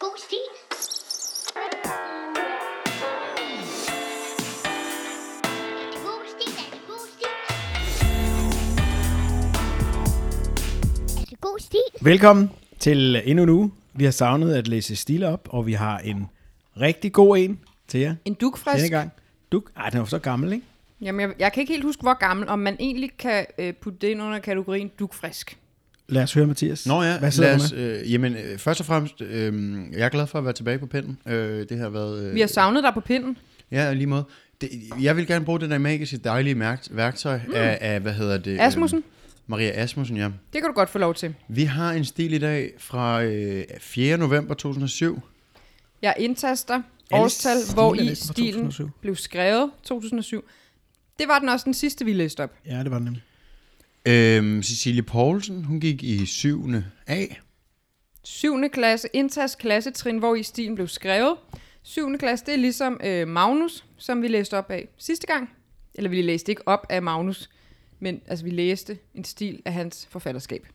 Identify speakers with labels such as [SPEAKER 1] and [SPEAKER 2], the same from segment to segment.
[SPEAKER 1] Boosty. God stil.
[SPEAKER 2] Velkommen til endnu en uge. Vi har savnet at læse stile op, og vi har en rigtig god en til jer
[SPEAKER 3] En
[SPEAKER 2] denne
[SPEAKER 3] dukfrisk?
[SPEAKER 2] gang. Du, ej, den er jo så gammel, ikke?
[SPEAKER 3] Jamen, jeg, jeg kan ikke helt huske, hvor gammel, om man egentlig kan øh, putte det ind under kategorien dukfrisk.
[SPEAKER 2] Lad os høre, Mathias.
[SPEAKER 4] Nå ja,
[SPEAKER 2] Hvad
[SPEAKER 4] lad
[SPEAKER 2] sidder
[SPEAKER 4] os,
[SPEAKER 2] du med?
[SPEAKER 4] øh, jamen, øh, først og fremmest, øh, jeg er glad for at være tilbage på pinden. Øh, det har været... Øh,
[SPEAKER 3] Vi har savnet dig på pinden.
[SPEAKER 4] Ja, lige måde. Det, jeg vil gerne bruge det der magiske dejlige mærkt, værktøj mm. af, af, hvad hedder det?
[SPEAKER 3] Hmm. Asmussen?
[SPEAKER 4] Øh, Maria Asmussen, ja.
[SPEAKER 3] Det kan du godt få lov til.
[SPEAKER 4] Vi har en stil i dag fra øh, 4. november 2007.
[SPEAKER 3] Jeg indtaster
[SPEAKER 2] Alle
[SPEAKER 3] årstal,
[SPEAKER 2] stilene
[SPEAKER 3] hvor i
[SPEAKER 2] ligger fra
[SPEAKER 3] stilen
[SPEAKER 2] 2007.
[SPEAKER 3] blev skrevet 2007. Det var den også den sidste, vi læste op.
[SPEAKER 2] Ja, det var den nemlig.
[SPEAKER 4] Øh, Cecilie Poulsen, hun gik i 7. A.
[SPEAKER 3] 7. klasse, indtast klassetrin, hvor i stilen blev skrevet. 7. klasse, det er ligesom øh, Magnus, som vi læste op af sidste gang. Eller vi læste ikke op af Magnus, men altså vi læste en stil af hans forfatterskab.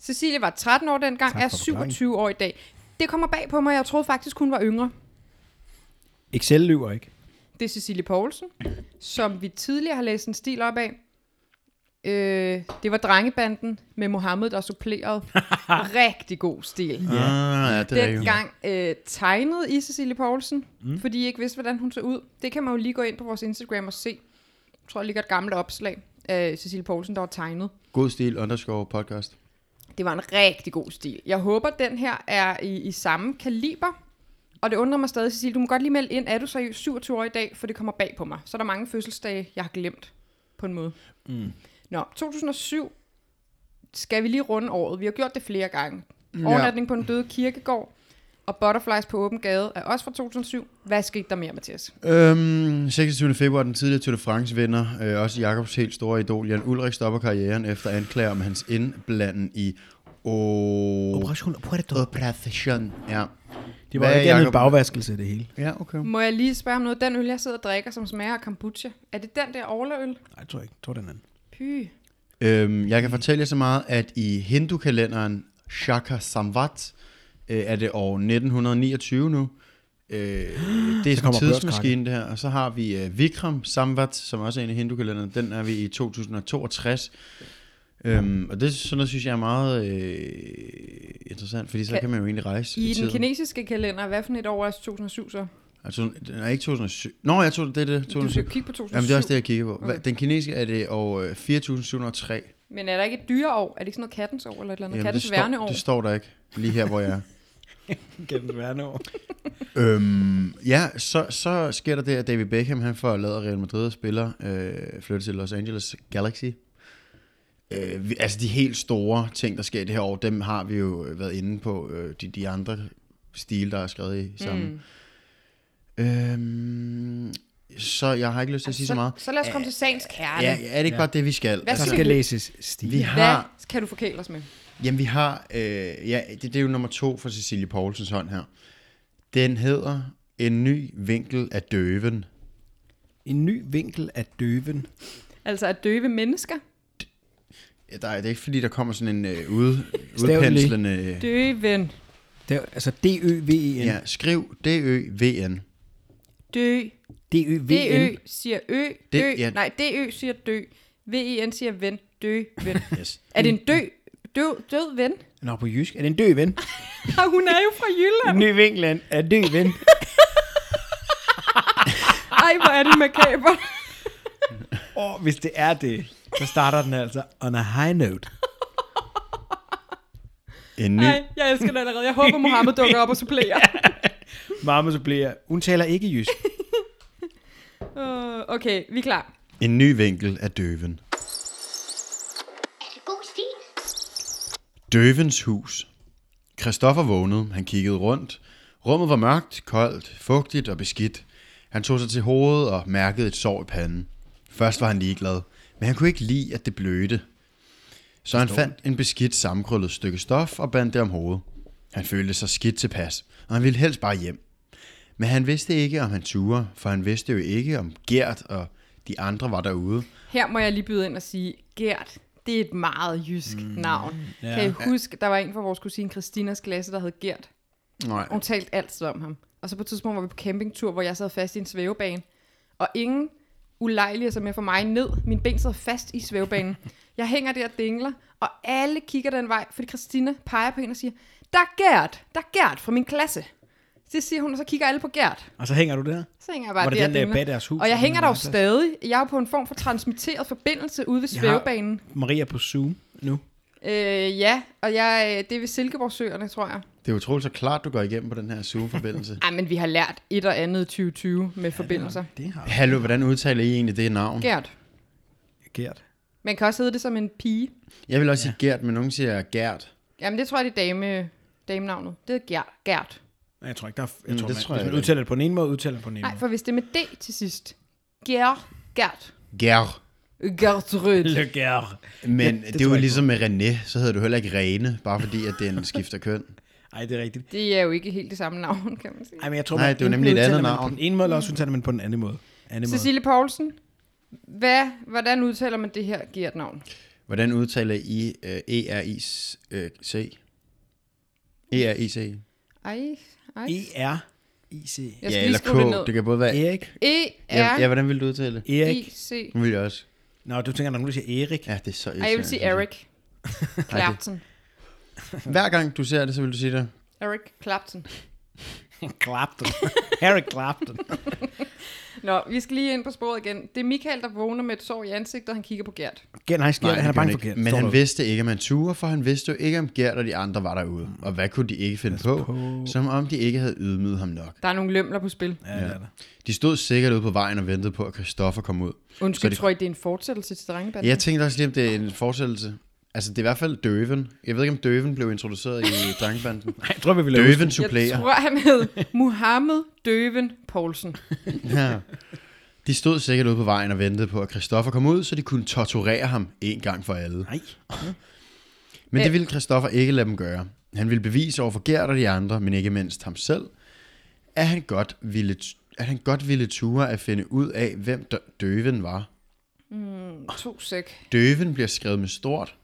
[SPEAKER 3] Cecilie var 13 år dengang,
[SPEAKER 2] Tak
[SPEAKER 3] er
[SPEAKER 2] for forklaringen.
[SPEAKER 3] 27 år i dag. Det kommer bag på mig, jeg troede faktisk, hun var yngre.
[SPEAKER 2] Excel lyver ikke.
[SPEAKER 3] Det er Cecilie Poulsen, som vi tidligere har læst en stil op af. Øh, det var drengebanden med Mohammed, der supplerede. Rigtig god stil.
[SPEAKER 4] Ja, ah, ja det er jo.
[SPEAKER 3] dengang øh, tegnede I Cecilie Poulsen, mm. fordi I ikke vidste, hvordan hun så ud. Det kan man jo lige gå ind på vores Instagram og se. Jeg tror, der ligger et gammelt opslag af Cecilie Poulsen, der var tegnet.
[SPEAKER 4] God stil, underscore podcast.
[SPEAKER 3] Det var en rigtig god stil. Jeg håber, den her er i, i samme kaliber. Og det undrer mig stadig, Cecilie. Du må godt lige melde ind, er du seriøst 27 år i dag, for det kommer bag på mig. Så er der mange fødselsdage, jeg har glemt på en måde. Mm. Nå, 2007 skal vi lige runde året. Vi har gjort det flere gange. Overnatning på en døde kirkegård og Butterflies på åben gade er også fra 2007. Hvad skete der mere, Mathias?
[SPEAKER 4] Øhm, 26. februar, den tidligere Tour de France vinder, øh, også Jakobs helt store idol, Jan Ulrik stopper karrieren efter anklager om hans indblanden i o-
[SPEAKER 2] Operation Puerto.
[SPEAKER 4] Operation. Ja.
[SPEAKER 2] Det var
[SPEAKER 4] Hvad er
[SPEAKER 2] ikke andet
[SPEAKER 4] Jacob?
[SPEAKER 2] en bagvaskelse, det hele.
[SPEAKER 4] Ja, okay.
[SPEAKER 3] Må jeg lige spørge om noget? Den øl, jeg sidder og drikker, som smager af kombucha, er det den der Orla-øl?
[SPEAKER 2] Nej, jeg tror ikke. Jeg tror, den anden.
[SPEAKER 3] Py.
[SPEAKER 4] Øhm, jeg kan fortælle jer så meget, at i hindukalenderen Shaka Samvat øh, er det år 1929 nu. Øh, det er sådan en
[SPEAKER 2] kommer
[SPEAKER 4] tidsmaskine, det her. Og så har vi øh, Vikram Samvat, som også er en i hindukalenderen. Den er vi i 2062. Øhm, og det sådan noget, synes jeg er meget øh, interessant, fordi så
[SPEAKER 3] Kan-
[SPEAKER 4] kan, man jo egentlig rejse i,
[SPEAKER 3] I den
[SPEAKER 4] tiden.
[SPEAKER 3] kinesiske kalender, hvad for et år er 2007 så?
[SPEAKER 4] altså, den er ikke 2007. Nå, jeg tog det, er det
[SPEAKER 3] Du
[SPEAKER 4] 2007.
[SPEAKER 3] skal kigge på 2007.
[SPEAKER 4] Jamen, det er også det, jeg kigger på. Hva-
[SPEAKER 3] Okay.
[SPEAKER 4] Den kinesiske er det år øh, 4703.
[SPEAKER 3] Men er der ikke et dyreår? Er det ikke sådan noget kattens år eller et eller andet? kattens værneår?
[SPEAKER 4] står, det står der ikke, lige her, hvor jeg er.
[SPEAKER 2] Gennem værende år.
[SPEAKER 4] øhm, ja, så, så sker der det, at David Beckham han får lavet Real Madrid og spiller, øh, flytter til Los Angeles Galaxy. Øh, vi, altså de helt store ting, der sker i det her år, dem har vi jo været inde på, øh, de, de andre stil, der er skrevet i sammen. Mm. Øhm, så jeg har ikke lyst til at sige så, så meget.
[SPEAKER 3] Så, så lad os komme til sagens kerne.
[SPEAKER 4] Ja, er det ikke
[SPEAKER 2] Ja.
[SPEAKER 4] bare det, vi skal? Altså,
[SPEAKER 3] Hvad
[SPEAKER 2] Der
[SPEAKER 3] skal
[SPEAKER 2] skal læses stil.
[SPEAKER 4] vi
[SPEAKER 3] Hvad
[SPEAKER 4] har
[SPEAKER 3] kan du forkæle os med?
[SPEAKER 4] Jamen, vi har... Øh, ja, det, det er jo nummer to fra Cecilie Poulsens hånd her. Den hedder En ny vinkel af døven.
[SPEAKER 2] En ny vinkel af døven.
[SPEAKER 3] Altså at døve mennesker?
[SPEAKER 4] Ja, der, er- det er ikke, fordi der kommer sådan en øh, ude,
[SPEAKER 2] lige.
[SPEAKER 4] udpenslende... Øh,
[SPEAKER 3] Døven.
[SPEAKER 2] Det er, altså D-Ø-V-E-N.
[SPEAKER 4] ja, skriv D-Ø-V-N.
[SPEAKER 3] Dø.
[SPEAKER 2] D-Ø-V-N.
[SPEAKER 3] D-ø siger ø.
[SPEAKER 4] Det-
[SPEAKER 3] Dø.
[SPEAKER 4] ja.
[SPEAKER 3] Nej, D-ø siger dø. V-E-N siger ven. Døven.
[SPEAKER 4] Yes.
[SPEAKER 3] er det en dø? Død, død ven?
[SPEAKER 2] Nå, på jysk. Er det en dø ven?
[SPEAKER 3] Og hun er jo fra Jylland.
[SPEAKER 2] En ny vinkel af en- af en dø ven.
[SPEAKER 3] Ej, hvor er det makaber.
[SPEAKER 2] Og hvis det er det, så starter den altså on a high note.
[SPEAKER 4] En ny...
[SPEAKER 3] Nej, jeg elsker det allerede. Jeg håber, Mohammed dukker op og supplerer.
[SPEAKER 2] Mamma supplerer. Hun taler ikke jysk.
[SPEAKER 3] Uh, okay, vi er klar.
[SPEAKER 4] En ny vinkel af døven.
[SPEAKER 1] God stil.
[SPEAKER 4] Døvens hus. Christoffer vågnede. Han kiggede rundt. Rummet var mørkt, koldt, fugtigt og beskidt. Han tog sig til hovedet og mærkede et sår i panden. Først var han ligeglad, men han kunne ikke lide, at det blødte. Så han fandt en beskidt sammenkrøllet stykke stof og bandt det om hovedet. Han følte sig skidt tilpas, og han ville helst bare hjem. Men han vidste ikke, om han turde, for han vidste jo ikke, om Gert og de andre var derude.
[SPEAKER 3] Her må jeg lige byde ind og sige, Gert, det er et meget jysk mm, navn. Kan I huske, der var en fra vores kusine Christinas klasse, der hed Gert?
[SPEAKER 4] Nej.
[SPEAKER 3] Og hun talte altid om ham. Og så på et tidspunkt var vi på campingtur, hvor jeg sad fast i en svævebane. Og ingen ulejlige sig med for mig ned. Min ben sidder fast i svævebanen. Jeg hænger der og dingler, og alle kigger den vej, fordi Christina peger på hende og siger, der er Gert, der er Gert fra min klasse. Det siger hun, og så kigger alle på Gert.
[SPEAKER 2] Og så hænger du der?
[SPEAKER 3] Så hænger jeg bare
[SPEAKER 2] Var det
[SPEAKER 3] der
[SPEAKER 2] den
[SPEAKER 3] og
[SPEAKER 2] der
[SPEAKER 3] dingler.
[SPEAKER 2] badass hus, Altså,
[SPEAKER 3] Og jeg
[SPEAKER 2] der
[SPEAKER 3] hænger
[SPEAKER 2] hænger
[SPEAKER 3] der jo
[SPEAKER 2] på plads?
[SPEAKER 3] stadig. Jeg er jo på en form for transmitteret forbindelse ude ved
[SPEAKER 2] Jeg har-
[SPEAKER 3] svævebanen.
[SPEAKER 2] Maria på Zoom nu.
[SPEAKER 3] Øh, ja, og jeg, øh, det er ved Silkeborgsøerne, tror jeg.
[SPEAKER 4] Det er utroligt så klart, du går igennem på den her Zoom-forbindelse.
[SPEAKER 3] Ej, men vi har lært et og andet i 2020 med forbindelser.
[SPEAKER 2] Det har
[SPEAKER 4] Hallo, hvordan udtaler I egentlig det navn?
[SPEAKER 3] Gert.
[SPEAKER 2] Gert.
[SPEAKER 3] Man kan også hedde det som en pige.
[SPEAKER 4] Jeg vil også sige Gert, men nogen siger Gert.
[SPEAKER 3] Jamen, det tror jeg, det er dame, damenavnet. Det er Gert. Gert.
[SPEAKER 2] Nej, Jeg tror ikke, der er... Jeg
[SPEAKER 4] Mm,
[SPEAKER 2] tror,
[SPEAKER 4] det
[SPEAKER 2] man,
[SPEAKER 4] tror
[SPEAKER 2] hvis
[SPEAKER 4] jeg
[SPEAKER 2] man
[SPEAKER 4] ikke.
[SPEAKER 2] udtaler det på den ene måde, udtaler det på den anden
[SPEAKER 3] Nej,
[SPEAKER 2] måde.
[SPEAKER 3] for hvis det er med D til sidst. Gert. Gert.
[SPEAKER 4] Ger.
[SPEAKER 3] Gertrud.
[SPEAKER 2] Le Gert.
[SPEAKER 4] Men ja,
[SPEAKER 2] det
[SPEAKER 4] det, det er
[SPEAKER 2] tror
[SPEAKER 4] jo
[SPEAKER 2] jeg
[SPEAKER 4] ligesom med René, så hedder du heller ikke Rene, bare fordi at den skifter køn.
[SPEAKER 2] Ej, det er rigtigt.
[SPEAKER 3] Det er jo ikke helt det samme navn, kan man sige.
[SPEAKER 2] Ej, men jeg tror,
[SPEAKER 4] Nej,
[SPEAKER 2] man
[SPEAKER 4] det er jo
[SPEAKER 2] enten
[SPEAKER 4] nemlig et
[SPEAKER 2] udtaler
[SPEAKER 4] andet
[SPEAKER 2] man
[SPEAKER 4] navn.
[SPEAKER 2] På den ene måde, eller også udtaler man på den anden måde. Anden måde.
[SPEAKER 3] Cecilie Poulsen. Hvad, hvordan udtaler man det her Gert-navn?
[SPEAKER 4] Hvordan udtaler I øh, E-R-I-C? Øh, C? E E-R-I-C?
[SPEAKER 3] Ej, ej.
[SPEAKER 2] E E-R-I-C.
[SPEAKER 3] Jeg skal
[SPEAKER 4] ja,
[SPEAKER 3] lige
[SPEAKER 4] eller
[SPEAKER 3] skrive det ned.
[SPEAKER 4] K. Det kan både være...
[SPEAKER 2] Erik.
[SPEAKER 3] E
[SPEAKER 4] Ja, ja,
[SPEAKER 3] E-R-I-C.
[SPEAKER 4] hvordan vil du udtale det?
[SPEAKER 2] Erik.
[SPEAKER 4] Nu vil jeg også.
[SPEAKER 2] Nå, du tænker, når nogen siger Erik.
[SPEAKER 4] Ja, det er så
[SPEAKER 3] Ej, jeg vil sige
[SPEAKER 4] irriterende.
[SPEAKER 3] Erik. Clapton.
[SPEAKER 4] Hver gang du ser det, så vil du sige det.
[SPEAKER 3] Eric Clapton.
[SPEAKER 2] Clapton. Eric Clapton.
[SPEAKER 3] Nå, vi skal lige ind på sporet igen. Det er Michael, der vågner med et sår i ansigtet, og han kigger på Gert.
[SPEAKER 2] Gert, nej, Gert, han er
[SPEAKER 4] det
[SPEAKER 2] bange for
[SPEAKER 4] gør ikke.
[SPEAKER 2] Gert.
[SPEAKER 4] Men
[SPEAKER 2] står
[SPEAKER 4] han
[SPEAKER 2] der.
[SPEAKER 4] vidste ikke, om han turde, for han vidste jo ikke, om Gert og de andre var derude. Og hvad kunne de ikke finde på,
[SPEAKER 2] på.
[SPEAKER 4] Som om de ikke havde ydmyget ham nok.
[SPEAKER 3] Der er nogle lømler på spil.
[SPEAKER 2] Ja, det er der.
[SPEAKER 4] De stod sikkert ude på vejen og ventede på, at Christoffer kom ud. Så
[SPEAKER 3] Undskyld,
[SPEAKER 4] det-
[SPEAKER 3] tror I, det er en fortsættelse til drengebanden?
[SPEAKER 4] Jeg tænkte også lige, om det er en fortsættelse. Altså, det er i hvert fald Døven. Jeg ved ikke, om Døven blev introduceret i drengbanden.
[SPEAKER 2] Nej, jeg tror, vi vil lave
[SPEAKER 4] Døven
[SPEAKER 3] Jeg
[SPEAKER 4] supplerer.
[SPEAKER 3] tror, han hed Mohammed Døven Poulsen.
[SPEAKER 4] Ja. De stod sikkert ude på vejen og ventede på, at Christoffer kom ud, så de kunne torturere ham en gang for alle.
[SPEAKER 2] Nej.
[SPEAKER 4] Men det ville Christoffer ikke lade dem gøre. Han ville bevise over for Gert og de andre, men ikke mindst ham selv, at han godt ville, at han godt ville ture at finde ud af, hvem dø- Døven var.
[SPEAKER 3] To sæk.
[SPEAKER 4] Døven bliver skrevet med stort.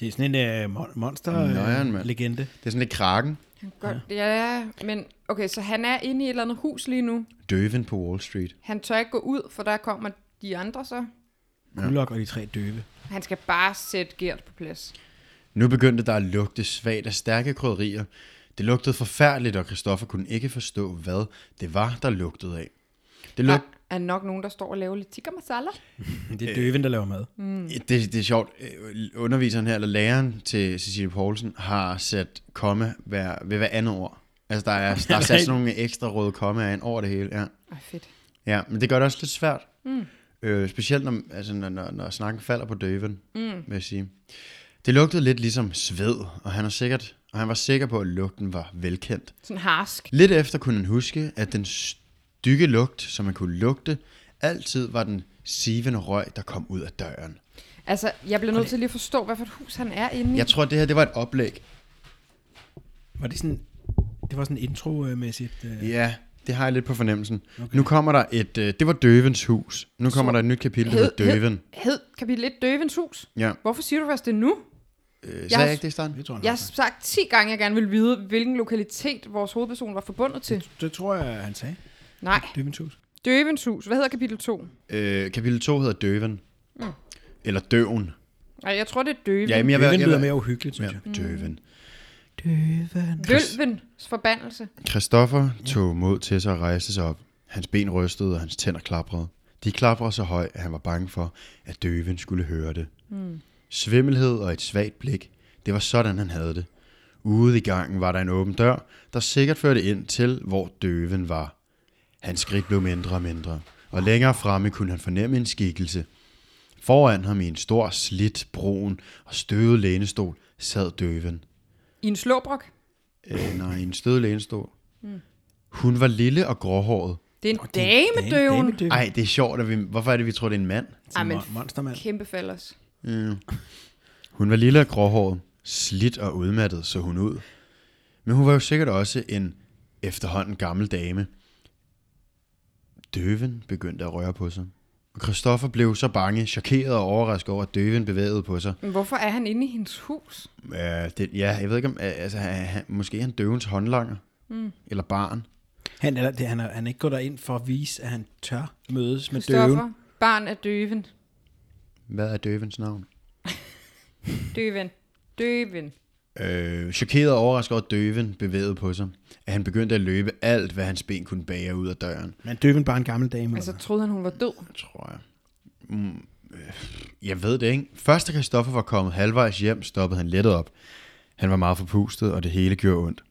[SPEAKER 2] Det er sådan en uh,
[SPEAKER 4] Nøjeren, mand.
[SPEAKER 2] monster-legende.
[SPEAKER 4] Det er sådan lidt kraken.
[SPEAKER 3] Han Godt, ja. ja, men okay, så han er inde i et eller andet hus lige nu.
[SPEAKER 4] Døven på Wall Street.
[SPEAKER 3] Han tør ikke gå ud, for der kommer de andre så.
[SPEAKER 2] Guldlok og de tre døve.
[SPEAKER 3] Han skal bare sætte Gert på plads.
[SPEAKER 4] Nu begyndte der at lugte svagt af stærke krydderier. Det lugtede forfærdeligt, og Christoffer kunne ikke forstå, hvad det var, der lugtede af. Det, lug...
[SPEAKER 3] Der er nok nogen, der står og laver lidt tikka masala.
[SPEAKER 2] Det
[SPEAKER 4] Øh.
[SPEAKER 2] er døven, der laver mad.
[SPEAKER 4] Mm. det, det er sjovt. Øh, Underviseren her, eller læreren til Cecilie Poulsen, har sat komme hver, ved hver andet ord. Altså, der er, der er sat sådan nogle ekstra røde komme ind over det hele. Ja.
[SPEAKER 3] Ej, fedt.
[SPEAKER 4] ja, men det gør det også lidt svært. Mm. Øh, specielt når, altså, når, når, når snakken falder på døven, mm. vil jeg sige. Det lugtede lidt ligesom sved, og han, er sikkert, og han var sikker på, at lugten var velkendt.
[SPEAKER 3] Sådan harsk.
[SPEAKER 4] Lidt efter kunne han huske, at den stykke lugt, som han kunne lugte, altid var den sivende røg, der kom ud af døren.
[SPEAKER 3] Altså, jeg bliver nødt til lige at forstå, hvad for et hus han er inde i.
[SPEAKER 4] Jeg tror, det her det var et oplæg.
[SPEAKER 2] Var det sådan... Det var sådan intro-mæssigt. Øh,
[SPEAKER 4] Ja, det har jeg lidt på fornemmelsen. Okay. Nu kommer der et... Øh, det var Døvens hus. Nu kommer der et nyt kapitel, der hedder Døven.
[SPEAKER 3] hed kapitel 1 Døvens hus.
[SPEAKER 4] Ja.
[SPEAKER 3] Hvorfor siger du først det nu?
[SPEAKER 4] Øh,
[SPEAKER 3] Jeg
[SPEAKER 4] sagde
[SPEAKER 3] har-
[SPEAKER 4] jeg ikke det i starten?
[SPEAKER 2] det tror jeg,
[SPEAKER 3] Jeg
[SPEAKER 2] nok,
[SPEAKER 3] har sagt 10 gange, jeg gerne vil vide, hvilken lokalitet vores hovedperson var forbundet til.
[SPEAKER 2] Det tror jeg, han sagde.
[SPEAKER 3] Nej.
[SPEAKER 2] Døvens hus.
[SPEAKER 3] Døvens hus. Hvad hedder kapitel 2?
[SPEAKER 4] Øh, kapitel 2 hedder Døven. Mm. Eller Døven.
[SPEAKER 3] Nej, jeg tror, det er døven.
[SPEAKER 4] Ja, men jeg, vil-
[SPEAKER 2] Døven
[SPEAKER 4] jeg,
[SPEAKER 2] lyder
[SPEAKER 4] jeg,
[SPEAKER 2] mere uhyggeligt, synes jeg.
[SPEAKER 4] ja, Døven.
[SPEAKER 3] Vølvens forbandelse.
[SPEAKER 4] Christoffer tog mod til sig og rejste sig op. Hans ben rystede, og hans tænder klaprede. De klaprede så højt, at han var bange for, at døven skulle høre det. Mm. Svimmelhed og et svagt blik. Det var sådan, han havde det. Ude i gangen var der en åben dør, der sikkert førte ind til, hvor døven var. Hans skridt blev mindre og mindre, og længere fremme kunne han fornemme en skikkelse. Foran ham i en stor, slidt, brun og støvet lænestol sad døven.
[SPEAKER 3] I en slåbrok.
[SPEAKER 4] Øh, nej, en stød lænestol. Hun var lille og gråhåret.
[SPEAKER 3] Det er en damedøven.
[SPEAKER 2] Damedøven.
[SPEAKER 4] Ej, det er sjovt. At vi, hvorfor er det, vi tror, det er en mand?
[SPEAKER 3] Ej, men
[SPEAKER 2] Mon- monstermand.
[SPEAKER 3] kæmpe falders.
[SPEAKER 4] Hun var lille og gråhåret. Slidt og udmattet så hun ud. Men hun var jo sikkert også en efterhånden gammel dame. Døven begyndte at røre på sig. Og Christoffer blev så bange, chokeret og overrasket over, at døven bevægede på sig.
[SPEAKER 3] Men hvorfor er han inde i hendes hus?
[SPEAKER 4] Øh, det, ja, jeg ved ikke om... øh, Altså, han- han- måske er han døvens håndlanger. mm. eller barn.
[SPEAKER 2] Han, eller, det, han, er, han er ikke gået derind for at vise, at han tør mødes med døven.
[SPEAKER 3] Stoffer, barn af døven.
[SPEAKER 4] Hvad er døvens navn?
[SPEAKER 3] Døven. Døven.
[SPEAKER 4] Øh, chokeret og overrasket over at døven bevægede på sig, at han begyndte at løbe alt, hvad hans ben kunne bære ud af døren,
[SPEAKER 2] Men døven er bare en gammel dame.
[SPEAKER 3] Altså,
[SPEAKER 2] Altså,
[SPEAKER 3] troede han, hun var død.
[SPEAKER 4] tror jeg. Mm, øh, jeg ved det ikke. Først da Christoffer var kommet halvvejs hjem, stoppede han lettet op. Han var meget forpustet, og det hele gjorde ondt.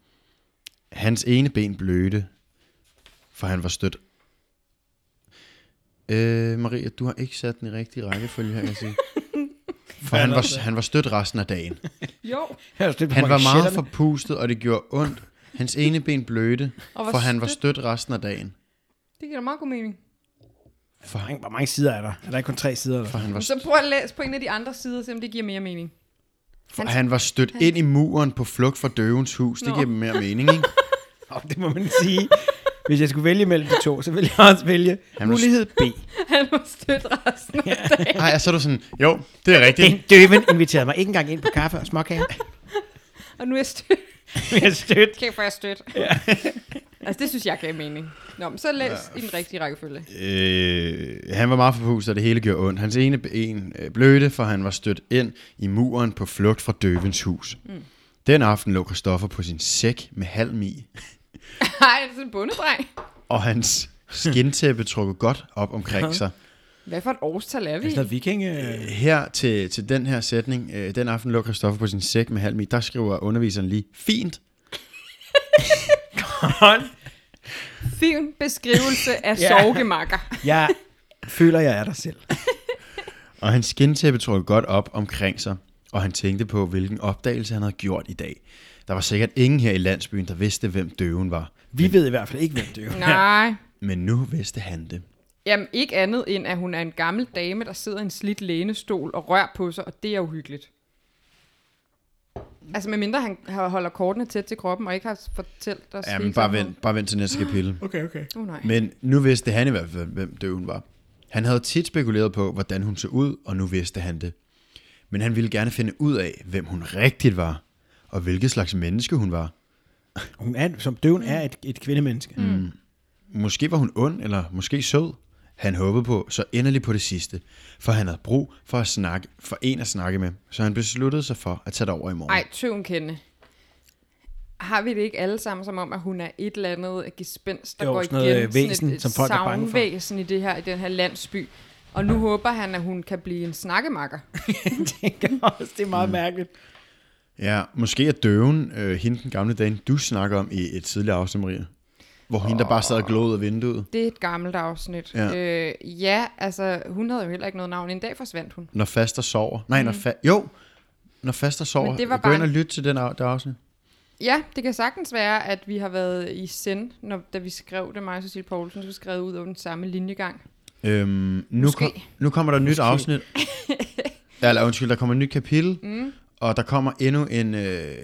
[SPEAKER 4] Hans ene ben blødte, for han var stødt. Øh, Maria, du har ikke sat den i rigtig rækkefølge her, kan jeg sige. For han var, han var stødt resten af dagen.
[SPEAKER 3] Jo.
[SPEAKER 4] Han var meget forpustet, og det gjorde ondt. Hans ene ben blødte,
[SPEAKER 3] Og var
[SPEAKER 4] for han var
[SPEAKER 3] stødt.
[SPEAKER 4] stødt resten af dagen.
[SPEAKER 3] Det giver da meget god mening.
[SPEAKER 4] For han,
[SPEAKER 2] Hvor mange sider er der? Er der ikke kun tre sider? Eller?
[SPEAKER 4] for han, var,
[SPEAKER 3] Så prøv at læse på en af de andre sider, og se om det giver mere mening.
[SPEAKER 4] for han var stødt ind i muren på flugt fra døvens hus. Det
[SPEAKER 3] Nå.
[SPEAKER 4] giver mere mening, ikke?
[SPEAKER 2] Oh, det må man sige. Hvis jeg skulle vælge mellem de to, så ville jeg også vælge
[SPEAKER 4] Han
[SPEAKER 2] han
[SPEAKER 4] var-
[SPEAKER 2] mulighed B.
[SPEAKER 3] Han var stødt resten af dagen.
[SPEAKER 4] Ej, og så er du sådan, jo, det er
[SPEAKER 2] Den
[SPEAKER 4] rigtigt.
[SPEAKER 2] døven inviterede mig ikke engang ind på kaffe og småkager.
[SPEAKER 3] Og nu er jeg stødt.
[SPEAKER 2] Jeg er stødt.
[SPEAKER 3] Kæft, hvor er jeg stødt. Ja. altså, det synes jeg gav mening. Nå, men så læs ja. i den rigtige rækkefølge.
[SPEAKER 4] Øh, han var meget forpustet, og det hele gjorde ondt. Hans ene ben øh, blødte, for han var stødt ind i muren på flugt fra døvens hus. Mm. Den aften lå Christoffer på sin sæk med halm i,
[SPEAKER 3] Nej, det er sådan en bundedreng.
[SPEAKER 4] og hans skintæppe trukket godt op omkring sig.
[SPEAKER 3] Hvad for et årstal er vi?
[SPEAKER 4] Altså,
[SPEAKER 2] Sådan noget viking. Øh,
[SPEAKER 4] Her til, til den her sætning, øh, den aften lå Christoffer på sin sæk med halm i, der skriver underviseren lige, fint.
[SPEAKER 2] hånd.
[SPEAKER 3] Fin beskrivelse af
[SPEAKER 2] Ja.
[SPEAKER 3] sovgemakker.
[SPEAKER 2] jeg føler, jeg er der selv.
[SPEAKER 4] Og hans skintæppe trukket godt op omkring sig, og han tænkte på, hvilken opdagelse han havde gjort i dag. Der var sikkert ingen her i landsbyen, der vidste, hvem døven var.
[SPEAKER 2] Vi ved i hvert fald ikke, hvem døven er.
[SPEAKER 3] Nej.
[SPEAKER 4] Men nu vidste han det.
[SPEAKER 3] Jamen, ikke andet end, at hun er en gammel dame, der sidder i en slidt lænestol og rører på sig, og det er uhyggeligt. Altså, medmindre han har- holder kortene tæt til kroppen, og ikke har fortalt dig
[SPEAKER 4] Ja, men bare vent, bare vent til næste kapitel.
[SPEAKER 2] Okay, okay.
[SPEAKER 3] Oh, nej.
[SPEAKER 4] Men nu vidste han i hvert fald, hvem døven var. Han havde tit spekuleret på, hvordan hun så ud, og nu vidste han det. Men han ville gerne finde ud af, hvem hun rigtigt var, og hvilket slags menneske hun var.
[SPEAKER 2] Hun er, som døven er et, et kvindemenneske. Mm.
[SPEAKER 4] Måske var hun ond, eller måske sød. Han håbede på så endelig på det sidste, for han havde brug for, at snakke, for en at snakke med, så han besluttede sig for at tage det over i morgen.
[SPEAKER 3] Ej, tøven kende. Har vi det ikke alle sammen som om, at hun er et eller andet gespenst, der
[SPEAKER 2] Jo,
[SPEAKER 3] går
[SPEAKER 2] sådan noget,
[SPEAKER 3] igennem
[SPEAKER 2] øh, væsen,
[SPEAKER 3] sådan et,
[SPEAKER 2] som folk er bange for.
[SPEAKER 3] savnvæsen i det her, i den her landsby? Og nu håber han, at hun kan blive en snakkemakker.
[SPEAKER 2] tænker også, det er meget mm. mærkeligt.
[SPEAKER 4] Ja, måske er døven øh, hende den gamle dame, du snakker om i et tidligere afsnit, Maria. Hvor hende, der bare sad og glod ud af vinduet.
[SPEAKER 3] Det er et gammelt afsnit.
[SPEAKER 4] Ja.
[SPEAKER 3] øh, ja altså, hun havde jo heller ikke noget navn. En dag forsvandt hun.
[SPEAKER 4] Når faster sover. Nej, mm. når fa- jo, når faster sover.
[SPEAKER 3] Mhm. Men det var
[SPEAKER 4] Gå
[SPEAKER 3] bare
[SPEAKER 4] ind og
[SPEAKER 3] en-
[SPEAKER 4] lyt til den af- det afsnit.
[SPEAKER 3] Ja, det kan sagtens være, at vi har været i send, når, da vi skrev det, mig og Cecilie Poulsen, så vi skrev ud over den samme linjegang.
[SPEAKER 4] Øhm, nu,
[SPEAKER 3] Måske.
[SPEAKER 4] kom, nu kommer der et nyt afsnit. Ja, Eller undskyld, der kommer et nyt kapitel. Mm. Og der kommer endnu en øh,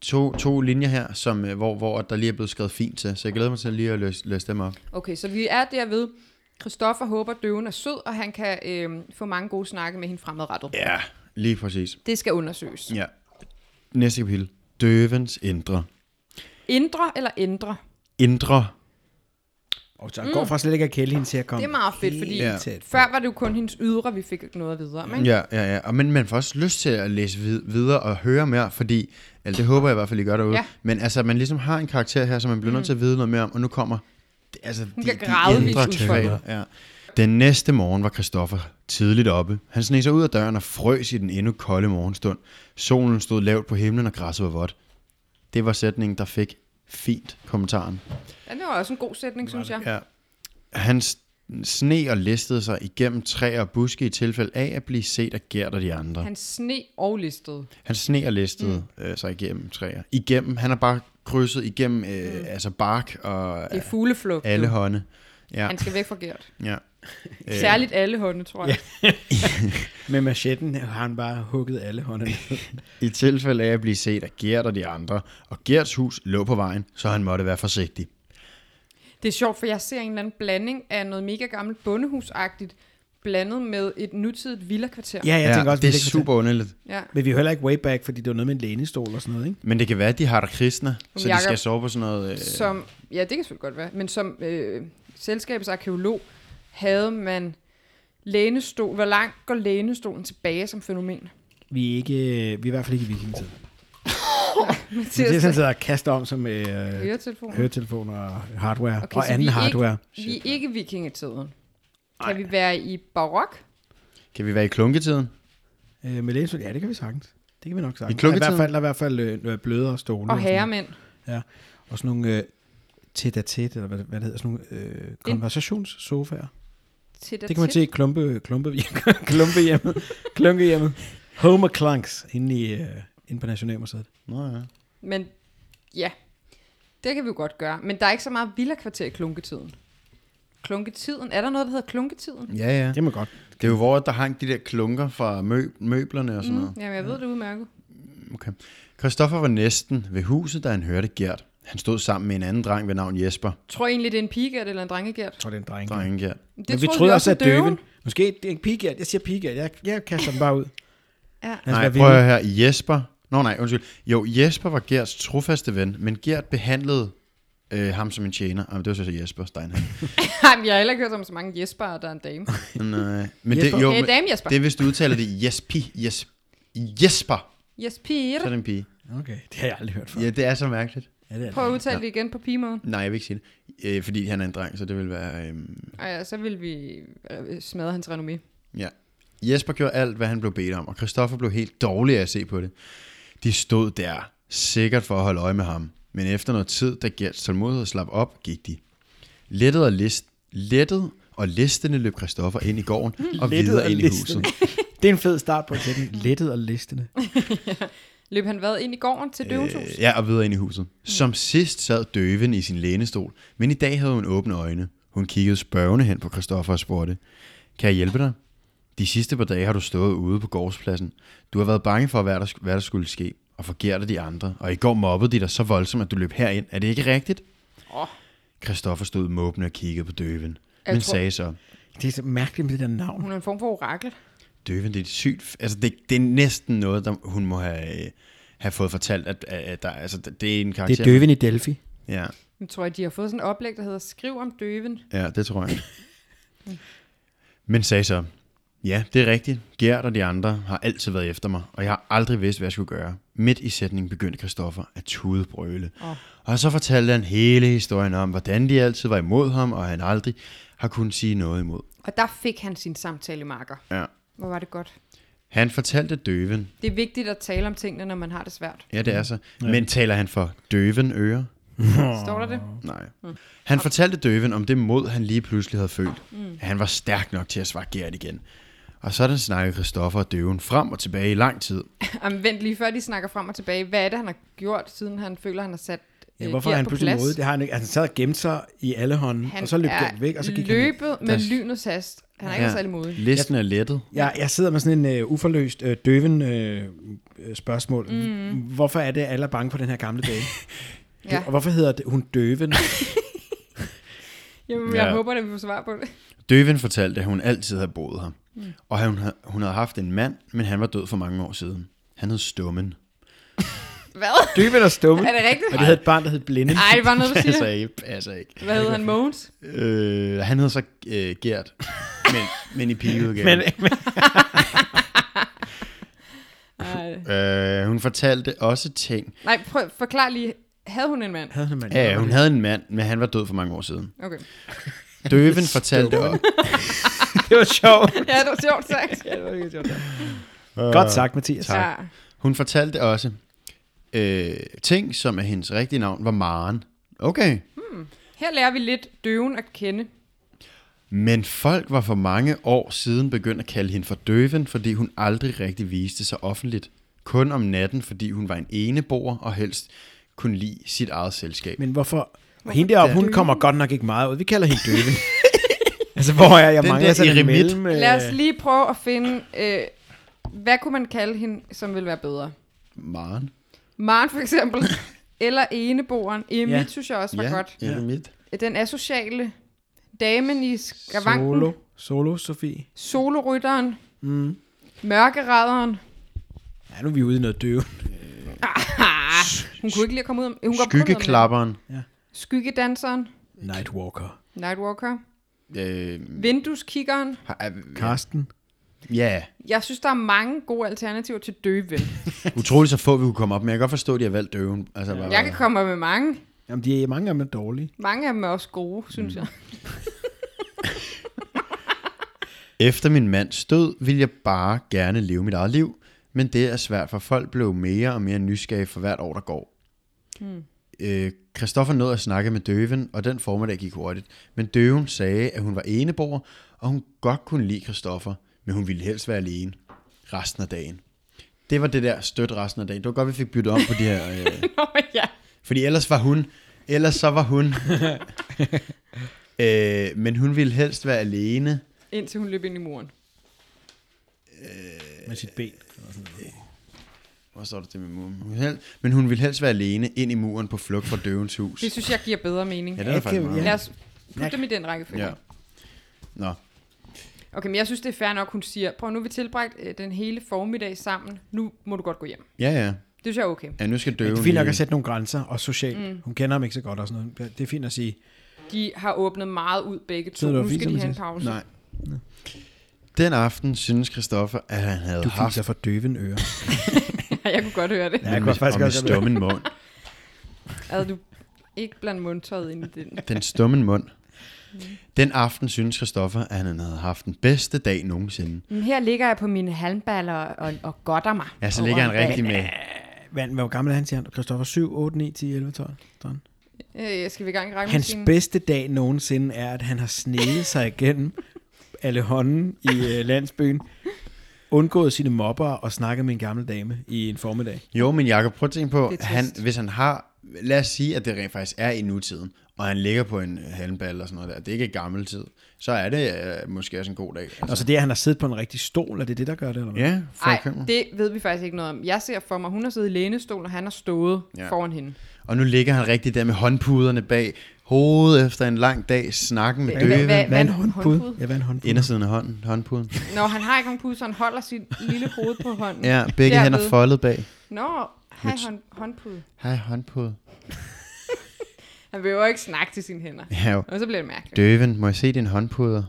[SPEAKER 4] to, to linjer her, som, øh, hvor, hvor der lige er blevet skrevet fint til. Så jeg glæder mig til lige at løse, løse dem op.
[SPEAKER 3] Okay, så vi er derved. Christoffer håber, at døven er sød, og han kan øh, få mange gode snakke med hende fremadrettet.
[SPEAKER 4] Ja, lige præcis.
[SPEAKER 3] Det skal undersøges.
[SPEAKER 4] Ja. Næste kapitel. Døvens indre.
[SPEAKER 3] Indre eller ændre?
[SPEAKER 4] Indre.
[SPEAKER 2] Og så han går fra slet ikke at kælde hende til at komme
[SPEAKER 3] Det er meget fedt, fordi
[SPEAKER 2] helt
[SPEAKER 4] Ja.
[SPEAKER 2] tæt på.
[SPEAKER 3] før var det jo kun hendes ydre, vi fik noget at vide om. Ikke?
[SPEAKER 4] Ja, ja, ja. Og men man får også lyst til at læse vid- videre og høre mere, fordi, eller det håber jeg i hvert fald, I gør derude,
[SPEAKER 3] Ja. Mm.
[SPEAKER 4] ja. men altså, man ligesom har en karakter her, som man bliver nødt til at vide noget mere om, og nu kommer det- altså, de,
[SPEAKER 3] bliver gradvist
[SPEAKER 4] indre
[SPEAKER 3] udfoldet.
[SPEAKER 4] teater. Ja. Den næste morgen var Christoffer tidligt oppe. Han sneg sig ud af døren og frøs i den endnu kolde morgenstund. Solen stod lavt på himlen, og græsset var vådt. Det var sætningen, der fik fint kommentaren.
[SPEAKER 3] Ja, det var også en god sætning, synes jeg.
[SPEAKER 4] Ja. Han s- sne og listede sig igennem træer og buske i tilfælde af at blive set af Gert og de andre.
[SPEAKER 3] Han sne og listede.
[SPEAKER 4] Han sneer listet mm. øh, sig igennem træer. Igennem, han har bare krydset igennem øh, mm. altså bark og
[SPEAKER 3] Det er fugleflugt.
[SPEAKER 4] alle
[SPEAKER 3] jo.
[SPEAKER 4] hånde. Ja,
[SPEAKER 3] Han skal væk fra Gert.
[SPEAKER 4] ja.
[SPEAKER 3] Særligt alle hånde, tror jeg.
[SPEAKER 2] Med machetten har han bare hugget alle håndene ned.
[SPEAKER 4] I tilfælde af at blive set af Gert og de andre, og Gerts hus lå på vejen, så han måtte være forsigtig.
[SPEAKER 3] Det er sjovt, for jeg ser en eller anden blanding af noget mega gammelt bondehusagtigt blandet med et nutidigt villakvarter.
[SPEAKER 2] Ja, jeg ja, tænker også,
[SPEAKER 4] det er
[SPEAKER 2] Villa Kvarter.
[SPEAKER 4] super underligt.
[SPEAKER 3] ja.
[SPEAKER 2] Men vi er jo heller ikke way back, fordi det var noget med en lænestol og sådan noget, ikke?
[SPEAKER 4] Men det kan være, at de har det kristne, så de
[SPEAKER 3] Jakob,
[SPEAKER 4] skal sove på sådan noget... Øh,
[SPEAKER 3] Som, ja, det kan selvfølgelig godt være, men som øh, selskabets arkeolog havde man lænestol. Hvor langt går lænestolen tilbage som fænomen?
[SPEAKER 2] Vi er, ikke, øh, vi er i hvert fald ikke i vikingetid. Det er sådan, at jeg kaster om som øh,
[SPEAKER 3] Høretelefoner.
[SPEAKER 2] høretelefoner og hardware okay, og
[SPEAKER 3] så
[SPEAKER 2] anden
[SPEAKER 3] vi er
[SPEAKER 2] hardware.
[SPEAKER 3] Ikke, vi er ikke vikingetiden. Kan vi være i barok?
[SPEAKER 4] Kan vi være i klunketiden?
[SPEAKER 2] Øh, med læsel, ja, det kan vi sagtens. Det kan vi nok
[SPEAKER 4] I
[SPEAKER 2] sagtens. Der er I
[SPEAKER 4] klukketiden?
[SPEAKER 2] hvert fald, der er i hvert fald øh, blødere stole.
[SPEAKER 3] Og
[SPEAKER 2] sådan noget.
[SPEAKER 3] herremænd.
[SPEAKER 2] Og sådan nogle øh, tæt af tæt, eller hvad, hvad det hedder, sådan nogle øh, konversationssofaer.
[SPEAKER 3] Til
[SPEAKER 2] Det kan man se i klumpe, klumpe, klumpehjemmet. klunkehjemmet. Homer Clunks inde, i, øh, inde på Nationalmuseet.
[SPEAKER 4] Nå ja.
[SPEAKER 3] Men ja, det kan vi jo godt gøre. Men der er ikke så meget villakvarter i klunketiden. Klunketiden? Er der noget, der hedder klunketiden?
[SPEAKER 4] Ja, ja.
[SPEAKER 2] Det må godt.
[SPEAKER 4] Det er jo, hvor der hang de der klunker fra mø- møblerne og sådan noget.
[SPEAKER 3] Mm, jamen, jeg ved det udmærket.
[SPEAKER 4] Okay. Christoffer var næsten ved huset, da han hørte Gert. Han stod sammen med en anden dreng ved navn Jesper.
[SPEAKER 3] Tror I egentlig, det er en pigegært eller en drengegært?
[SPEAKER 2] Jeg tror, det er en dreng.
[SPEAKER 4] Drengen Gert.
[SPEAKER 3] Det
[SPEAKER 2] Men vi
[SPEAKER 3] troede
[SPEAKER 2] troede også, at
[SPEAKER 3] om døven.
[SPEAKER 2] døven. Måske det er en pigegært. Jeg siger pigegært. Jeg, jeg kaster den bare ud. Altså,
[SPEAKER 3] Ja.
[SPEAKER 2] Lad os
[SPEAKER 4] Nej,
[SPEAKER 2] være
[SPEAKER 4] prøv
[SPEAKER 2] vilde.
[SPEAKER 4] at høre her. Jesper... Nå nej, undskyld. Jo, Jesper var Gerts trofaste ven, men Gert behandlede øh, ham som en tjener. Jamen, det var så Jesper Steinheim.
[SPEAKER 3] Jamen, jeg har heller ikke hørt om så mange Jesper, der er en dame.
[SPEAKER 4] Men, øh, men
[SPEAKER 2] Jesper.
[SPEAKER 4] det, jo,
[SPEAKER 3] Hey,
[SPEAKER 4] men,
[SPEAKER 3] dame Jesper.
[SPEAKER 4] det er, hvis du udtaler det Jespi, Jes, Jesper,
[SPEAKER 3] Jesper.
[SPEAKER 4] så er det en pige.
[SPEAKER 2] Okay, det har jeg aldrig hørt før.
[SPEAKER 4] Ja, det er så mærkeligt.
[SPEAKER 2] Ja, det er
[SPEAKER 3] Prøv at
[SPEAKER 2] det.
[SPEAKER 3] udtale det igen på pigemåden.
[SPEAKER 4] Nej, jeg vil ikke sige det. Øh, fordi han er en dreng, så det vil være... Øh,
[SPEAKER 3] Og ja, så vil vi øh, smadre hans renommé.
[SPEAKER 4] Ja. Jesper gjorde alt, hvad han blev bedt om, og Christoffer blev helt dårlig af at se på det. De stod der, sikkert for at holde øje med ham. Men efter noget tid, da Gerts tålmodighed slap op, gik de. Lettet og, list, lettet og listende løb Christoffer ind i gården og
[SPEAKER 2] Lettet
[SPEAKER 4] videre
[SPEAKER 2] og
[SPEAKER 4] ind i
[SPEAKER 2] listende.
[SPEAKER 4] huset.
[SPEAKER 2] det er en fed start på sætning. Lettet og listende.
[SPEAKER 3] Løb han hvad ind i gården til døvens hus?
[SPEAKER 4] Øh, ja, og videre ind i huset.
[SPEAKER 3] Mm.
[SPEAKER 4] Som sidst sad døven i sin lænestol, men i dag havde hun åbne øjne. Hun kiggede spørgende hen på Christoffer og spurgte, kan jeg hjælpe dig? De sidste par dage har du stået ude på gårdspladsen. Du har været bange for, hvad der, sk- hvad der skulle ske, og forgærte de andre, og i går mobbede de dig så voldsomt, at du løb herind. Er det ikke rigtigt?
[SPEAKER 3] Åh.
[SPEAKER 4] Christoffer stod måbende og kiggede på døven,
[SPEAKER 3] Jeg
[SPEAKER 4] men
[SPEAKER 3] tror-
[SPEAKER 4] sagde så,
[SPEAKER 2] Det er så mærkeligt med det der navn.
[SPEAKER 3] Hun er en form for orakel.
[SPEAKER 4] Døven, det er et sygt... Altså, det, det er næsten noget, der hun må have, øh, have fået fortalt, at, at, at der, altså, det er en
[SPEAKER 2] Det
[SPEAKER 4] karakter.
[SPEAKER 2] er døven i Delphi.
[SPEAKER 4] Ja.
[SPEAKER 3] Jeg tror, at de har fået sådan et oplæg, der hedder Skriv om døven.
[SPEAKER 4] Ja, det tror jeg. Men sagde så, ja, det er rigtigt. Gert og de andre har altid været efter mig, og jeg har aldrig vidst, hvad jeg skulle gøre. Midt i sætningen begyndte Christoffer at tudebrøle.
[SPEAKER 3] Åh.
[SPEAKER 4] Oh. Og så fortalte han hele historien om, hvordan de altid var imod ham, og han aldrig har kunnet sige noget imod.
[SPEAKER 3] Og der fik han sin samtale marker.
[SPEAKER 4] Ja.
[SPEAKER 3] Hvor var det godt.
[SPEAKER 4] Han fortalte døven,
[SPEAKER 3] Det er vigtigt at tale om tingene, når man har det svært.
[SPEAKER 4] ja det er så, ja. men taler han for døven ører?
[SPEAKER 3] Står der det?
[SPEAKER 4] Nej.
[SPEAKER 3] Mm.
[SPEAKER 4] Han fortalte døven om det mod, han lige pludselig havde følt.
[SPEAKER 3] Mm.
[SPEAKER 4] At han var stærk nok til at svare Gert igen. Og sådan snakkede Christoffer og døven frem og tilbage i lang tid.
[SPEAKER 3] Jamen, vent lige før de snakker frem og tilbage. Hvad er det, han har gjort, siden han føler, han har sat
[SPEAKER 2] Ja,
[SPEAKER 3] øh,
[SPEAKER 2] hvorfor
[SPEAKER 3] Gert
[SPEAKER 2] er han
[SPEAKER 3] på
[SPEAKER 2] pludselig
[SPEAKER 3] plads?
[SPEAKER 2] måde? Det har han ikke. Altså, han sad og gemte sig i alle hånden,
[SPEAKER 3] Han
[SPEAKER 2] og så løb
[SPEAKER 3] er
[SPEAKER 2] den væk, og så gik han
[SPEAKER 3] løbet han med
[SPEAKER 4] Der-
[SPEAKER 3] lynets hast. Han er ikke særlig modig.
[SPEAKER 4] Listen er lettet.
[SPEAKER 2] Jeg, jeg sidder med sådan en øh, uforløst øh, døven øh, øh, spørgsmål. Mm. Hvorfor er det, at alle er bange for den her gamle dame?
[SPEAKER 3] Ja.
[SPEAKER 2] Og hvorfor hedder det, hun døven?
[SPEAKER 3] Jamen, jeg
[SPEAKER 4] Ja.
[SPEAKER 3] håber, at vi får svar på det.
[SPEAKER 4] Døven fortalte, at hun altid havde boet her.
[SPEAKER 3] Mm.
[SPEAKER 4] Og at hun, havde- hun havde haft en mand, men han var død for mange år siden. Han hed Stummen.
[SPEAKER 3] Hvad?
[SPEAKER 2] døven og stumme.
[SPEAKER 3] Er det rigtigt?
[SPEAKER 2] Og det havde et barn, der hed Blinde.
[SPEAKER 3] Nej, det var noget, du
[SPEAKER 4] Passer
[SPEAKER 3] siger.
[SPEAKER 4] ikke, passer ikke.
[SPEAKER 3] Hvad hedder han? Mogens?
[SPEAKER 4] Øh, han hed så øh, Gert, men, men i pigeudgaven.
[SPEAKER 2] Men, men,
[SPEAKER 3] Nej.
[SPEAKER 4] Øh, hun fortalte også ting,
[SPEAKER 3] Nej, prøv, forklar lige. Havde hun en mand?
[SPEAKER 2] havde hun, en mand?
[SPEAKER 4] Ja, hun havde en mand, men han var død for mange år siden.
[SPEAKER 3] Okay.
[SPEAKER 4] Døven fortalte også.
[SPEAKER 2] det var sjovt.
[SPEAKER 3] Ja, det var sjovt sagt.
[SPEAKER 2] Godt sagt, Mathias.
[SPEAKER 4] Tak.
[SPEAKER 3] Ja.
[SPEAKER 4] Hun fortalte også øh, ting, som af hendes rigtige navn var Maren. Okay.
[SPEAKER 3] Her lærer vi lidt døven at kende.
[SPEAKER 4] Men folk var for mange år siden begyndt at kalde hende for døven, fordi hun aldrig rigtig viste sig offentligt. Kun om natten, fordi hun var en eneboer og helst kunne lide sit eget selskab.
[SPEAKER 2] Men hvorfor? Og hende deroppe, hun
[SPEAKER 3] Døven.
[SPEAKER 2] kommer godt nok ikke meget ud. Vi kalder hende døven. altså, hvor er jeg
[SPEAKER 4] Den
[SPEAKER 2] mangler
[SPEAKER 4] der
[SPEAKER 2] sådan en
[SPEAKER 4] eremit.
[SPEAKER 2] mellem... Øh,
[SPEAKER 3] Lad os lige prøve at finde, øh, hvad kunne man kalde hende, som ville være bedre?
[SPEAKER 4] Maren?
[SPEAKER 3] Maren for eksempel, eller eneboeren. Emit
[SPEAKER 2] Ja.
[SPEAKER 3] synes jeg også var godt.
[SPEAKER 4] ja. mit.
[SPEAKER 3] Den asociale damen i skavanken.
[SPEAKER 2] Solo. Solo, Sofie.
[SPEAKER 3] Solorytteren. Mm. Mørkerædderen.
[SPEAKER 2] Ja, nu er vi ude i noget døven.
[SPEAKER 3] Ah, hun kunne ikke lige komme ud om... Hun går kun ud om-
[SPEAKER 4] Skyggeklapperen.
[SPEAKER 3] Skyggedanseren.
[SPEAKER 2] Nightwalker.
[SPEAKER 3] Nightwalker.
[SPEAKER 2] Mm.
[SPEAKER 4] Øh,
[SPEAKER 3] Vindueskiggeren.
[SPEAKER 4] har- er-
[SPEAKER 2] Karsten.
[SPEAKER 4] ja,
[SPEAKER 3] Jeg synes, der er mange gode alternativer til døven.
[SPEAKER 4] utroligt så få vi kunne komme op med. Jeg kan godt forstå, at de har valgt døven. Altså, bare,
[SPEAKER 3] Jeg kan komme med mange.
[SPEAKER 2] Jamen, de er, mange af dem er dårlige.
[SPEAKER 3] Mange af dem er også gode, synes mm. jeg.
[SPEAKER 4] Efter min mands død ville jeg bare gerne leve mit eget liv, men det er svært, for folk blev mere og mere nysgerrige for hvert år, der går. Hmm. Øh, Christoffer nåede at snakke med døven, og den formiddag gik hurtigt. Men døven sagde, at hun var eneboer, og hun godt kunne lide Christoffer, men hun ville helst være alene resten af dagen. Det var det der støt resten af dagen. Det var godt, vi fik byttet om på de her... Øh,
[SPEAKER 3] Nå, ja.
[SPEAKER 4] fordi ellers var hun, ellers så var hun. øh, men hun ville helst være alene.
[SPEAKER 3] Indtil hun løb ind i muren.
[SPEAKER 2] Med sit ben.
[SPEAKER 4] Hvor står der det med muren? Hun hel, men hun ville helst være alene ind i muren på flugt fra døvens hus.
[SPEAKER 3] Det synes jeg giver bedre mening.
[SPEAKER 4] Ja,
[SPEAKER 3] Ja.
[SPEAKER 4] det er der faktisk
[SPEAKER 2] Ikke-
[SPEAKER 4] meget.
[SPEAKER 3] Lad os putte dem i den rækkefølge.
[SPEAKER 4] Ja.
[SPEAKER 3] Ja.
[SPEAKER 4] Nå,
[SPEAKER 3] Okay, men jeg synes, det er fair nok, hun siger, prøv nu har vi tilbragt øh, den hele formiddag sammen, nu må du godt gå hjem.
[SPEAKER 4] ja ja.
[SPEAKER 3] Det synes jeg er okay.
[SPEAKER 4] Ja, nu skal
[SPEAKER 2] Men
[SPEAKER 4] døven
[SPEAKER 2] det er fint nok
[SPEAKER 4] lige-
[SPEAKER 2] at sætte nogle grænser, og socialt. Mm. Hun kender ham ikke så godt og sådan noget. Det er fint at sige,
[SPEAKER 3] De har åbnet meget ud begge to.
[SPEAKER 2] Så er det jo
[SPEAKER 3] Nu
[SPEAKER 2] fint,
[SPEAKER 3] skal de
[SPEAKER 2] som
[SPEAKER 3] have en
[SPEAKER 2] man
[SPEAKER 3] pause.
[SPEAKER 4] Nej. Den aften synes Christoffer, at han havde
[SPEAKER 2] du
[SPEAKER 4] haft
[SPEAKER 2] fiser for døven øre.
[SPEAKER 3] jeg kunne godt høre det.
[SPEAKER 2] Ja,
[SPEAKER 4] ja,
[SPEAKER 2] jeg
[SPEAKER 4] med,
[SPEAKER 2] kunne faktisk
[SPEAKER 4] og med
[SPEAKER 2] også godt
[SPEAKER 4] stummen mund.
[SPEAKER 3] Ad du ikke blandt mundtøjet ind i den.
[SPEAKER 4] Den stummen mund.
[SPEAKER 2] Mm.
[SPEAKER 4] Den aften synes Christoffer, at han havde haft den bedste dag nogensinde.
[SPEAKER 3] Men her ligger jeg på mine halmballer og, og godter mig.
[SPEAKER 4] Ja, så Altså, ligger han rigtig med.
[SPEAKER 2] Hvad, hvor gammel er han, siger han? Christoffer 7, 8, 9, 10, 11, 12. 13.
[SPEAKER 3] Øh, skal vi i gang i
[SPEAKER 2] Hans
[SPEAKER 3] rækkemaskinen?
[SPEAKER 2] bedste dag nogensinde er, at han har sneget sig igennem alle hånden i øh, landsbyen, undgået sine mobber og snakket med en gammel dame i en formiddag.
[SPEAKER 4] Jo, men Jacob, prøv at tænke på,
[SPEAKER 3] Det er
[SPEAKER 4] han,
[SPEAKER 3] trist.
[SPEAKER 4] hvis han har, lad os sige, at det rent faktisk er i nutiden, og han ligger på en halmball eller sådan noget der, det er ikke gammel tid, så er det øh, måske også en god dag.
[SPEAKER 2] Og
[SPEAKER 4] Altså,
[SPEAKER 2] så det, at han har siddet på en rigtig stol, er det det, der gør det? Eller hvad?
[SPEAKER 4] ja, for
[SPEAKER 3] Nej,
[SPEAKER 4] eksempel.
[SPEAKER 3] det ved vi faktisk ikke noget om. Jeg ser for mig, hun har siddet i lænestolen, og han har stået
[SPEAKER 4] Ja.
[SPEAKER 3] ja. foran hende.
[SPEAKER 4] Og nu ligger han rigtig der med håndpuderne bag hovedet efter en lang dag, snakken med
[SPEAKER 3] Hvad- hvad-
[SPEAKER 4] døve,
[SPEAKER 2] Hvad er en
[SPEAKER 3] Hvad-
[SPEAKER 2] håndpud?
[SPEAKER 3] håndpude?
[SPEAKER 2] Ja, hvad er en håndpud?
[SPEAKER 4] indersiden af hånden, håndpuden.
[SPEAKER 3] Nå, han har ikke nogen pude, så han holder sit lille hoved på hånden.
[SPEAKER 4] Ja, begge
[SPEAKER 3] Derved.
[SPEAKER 4] hænder foldet bag.
[SPEAKER 3] Nå, hej hånd, håndpude.
[SPEAKER 4] Hej, håndpude.
[SPEAKER 3] Han vil jo ikke snakke til sine hænder.
[SPEAKER 4] Ja, jo.
[SPEAKER 3] Og så bliver det mærkeligt.
[SPEAKER 4] Døven, må jeg se din håndpuder?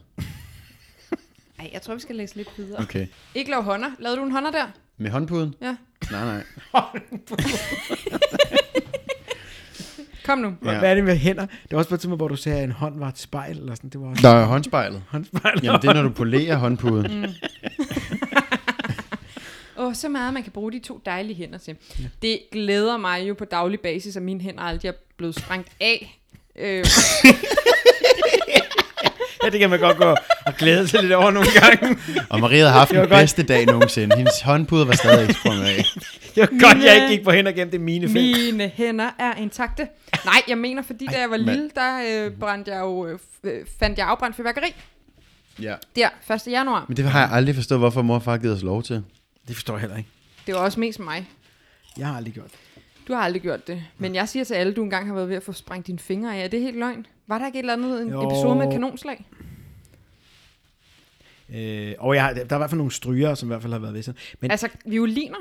[SPEAKER 3] Ej, jeg tror, vi skal læse lidt videre. Okay.
[SPEAKER 4] Okay.
[SPEAKER 3] Ikke lave hånder. Lavede du en hånder der?
[SPEAKER 4] Med håndpuden?
[SPEAKER 3] Ja.
[SPEAKER 4] Nej, nej.
[SPEAKER 3] Kom nu.
[SPEAKER 4] Ja.
[SPEAKER 2] Ja. Hvad er det med hænder? Det var også på et tidspunkt, hvor du sagde, at en hånd var et spejl, eller sådan. Det var også
[SPEAKER 4] Der er håndspejlet.
[SPEAKER 2] håndspejl.
[SPEAKER 4] Jamen, det er, når du polerer håndpuden.
[SPEAKER 3] Åh, så meget, man kan bruge de to dejlige hænder til. Ja. Det glæder mig jo på daglig basis, at mine hænder aldrig er blevet sprængt af. Øh,
[SPEAKER 2] Ja, det kan man godt gå og glæde sig lidt over nogle gange.
[SPEAKER 4] Og Maria havde haft
[SPEAKER 2] Det var
[SPEAKER 4] den
[SPEAKER 2] godt.
[SPEAKER 4] bedste dag nogensinde. Hendes håndpuder var stadig ikke sprunget af.
[SPEAKER 2] Det var godt, jeg ikke gik på hænder gennem det mine felt.
[SPEAKER 3] Mine hænder er intakte. Nej, jeg mener, fordi da jeg var
[SPEAKER 4] mand.
[SPEAKER 3] lille, der øh, brændte jeg jo, øh, f- øh, fandt jeg afbrændt fyrværkeri
[SPEAKER 4] Ja.
[SPEAKER 3] der 1. januar.
[SPEAKER 4] Men det har jeg aldrig forstået, hvorfor mor og far har givet os lov til.
[SPEAKER 2] Det forstår jeg heller ikke.
[SPEAKER 3] Det var også mest mig.
[SPEAKER 2] Jeg har aldrig gjort det.
[SPEAKER 3] Du har aldrig gjort det. Men jeg siger til alle, du engang har været ved at få sprængt dine fingre af. Er det helt løgn? Var der ikke et eller andet en
[SPEAKER 2] Jo.
[SPEAKER 3] episode med et kanonslag?
[SPEAKER 2] Øh, og jeg har, der er i hvert fald nogle stryger, som i hvert fald har været ved sådan. Men
[SPEAKER 3] Altså, violiner?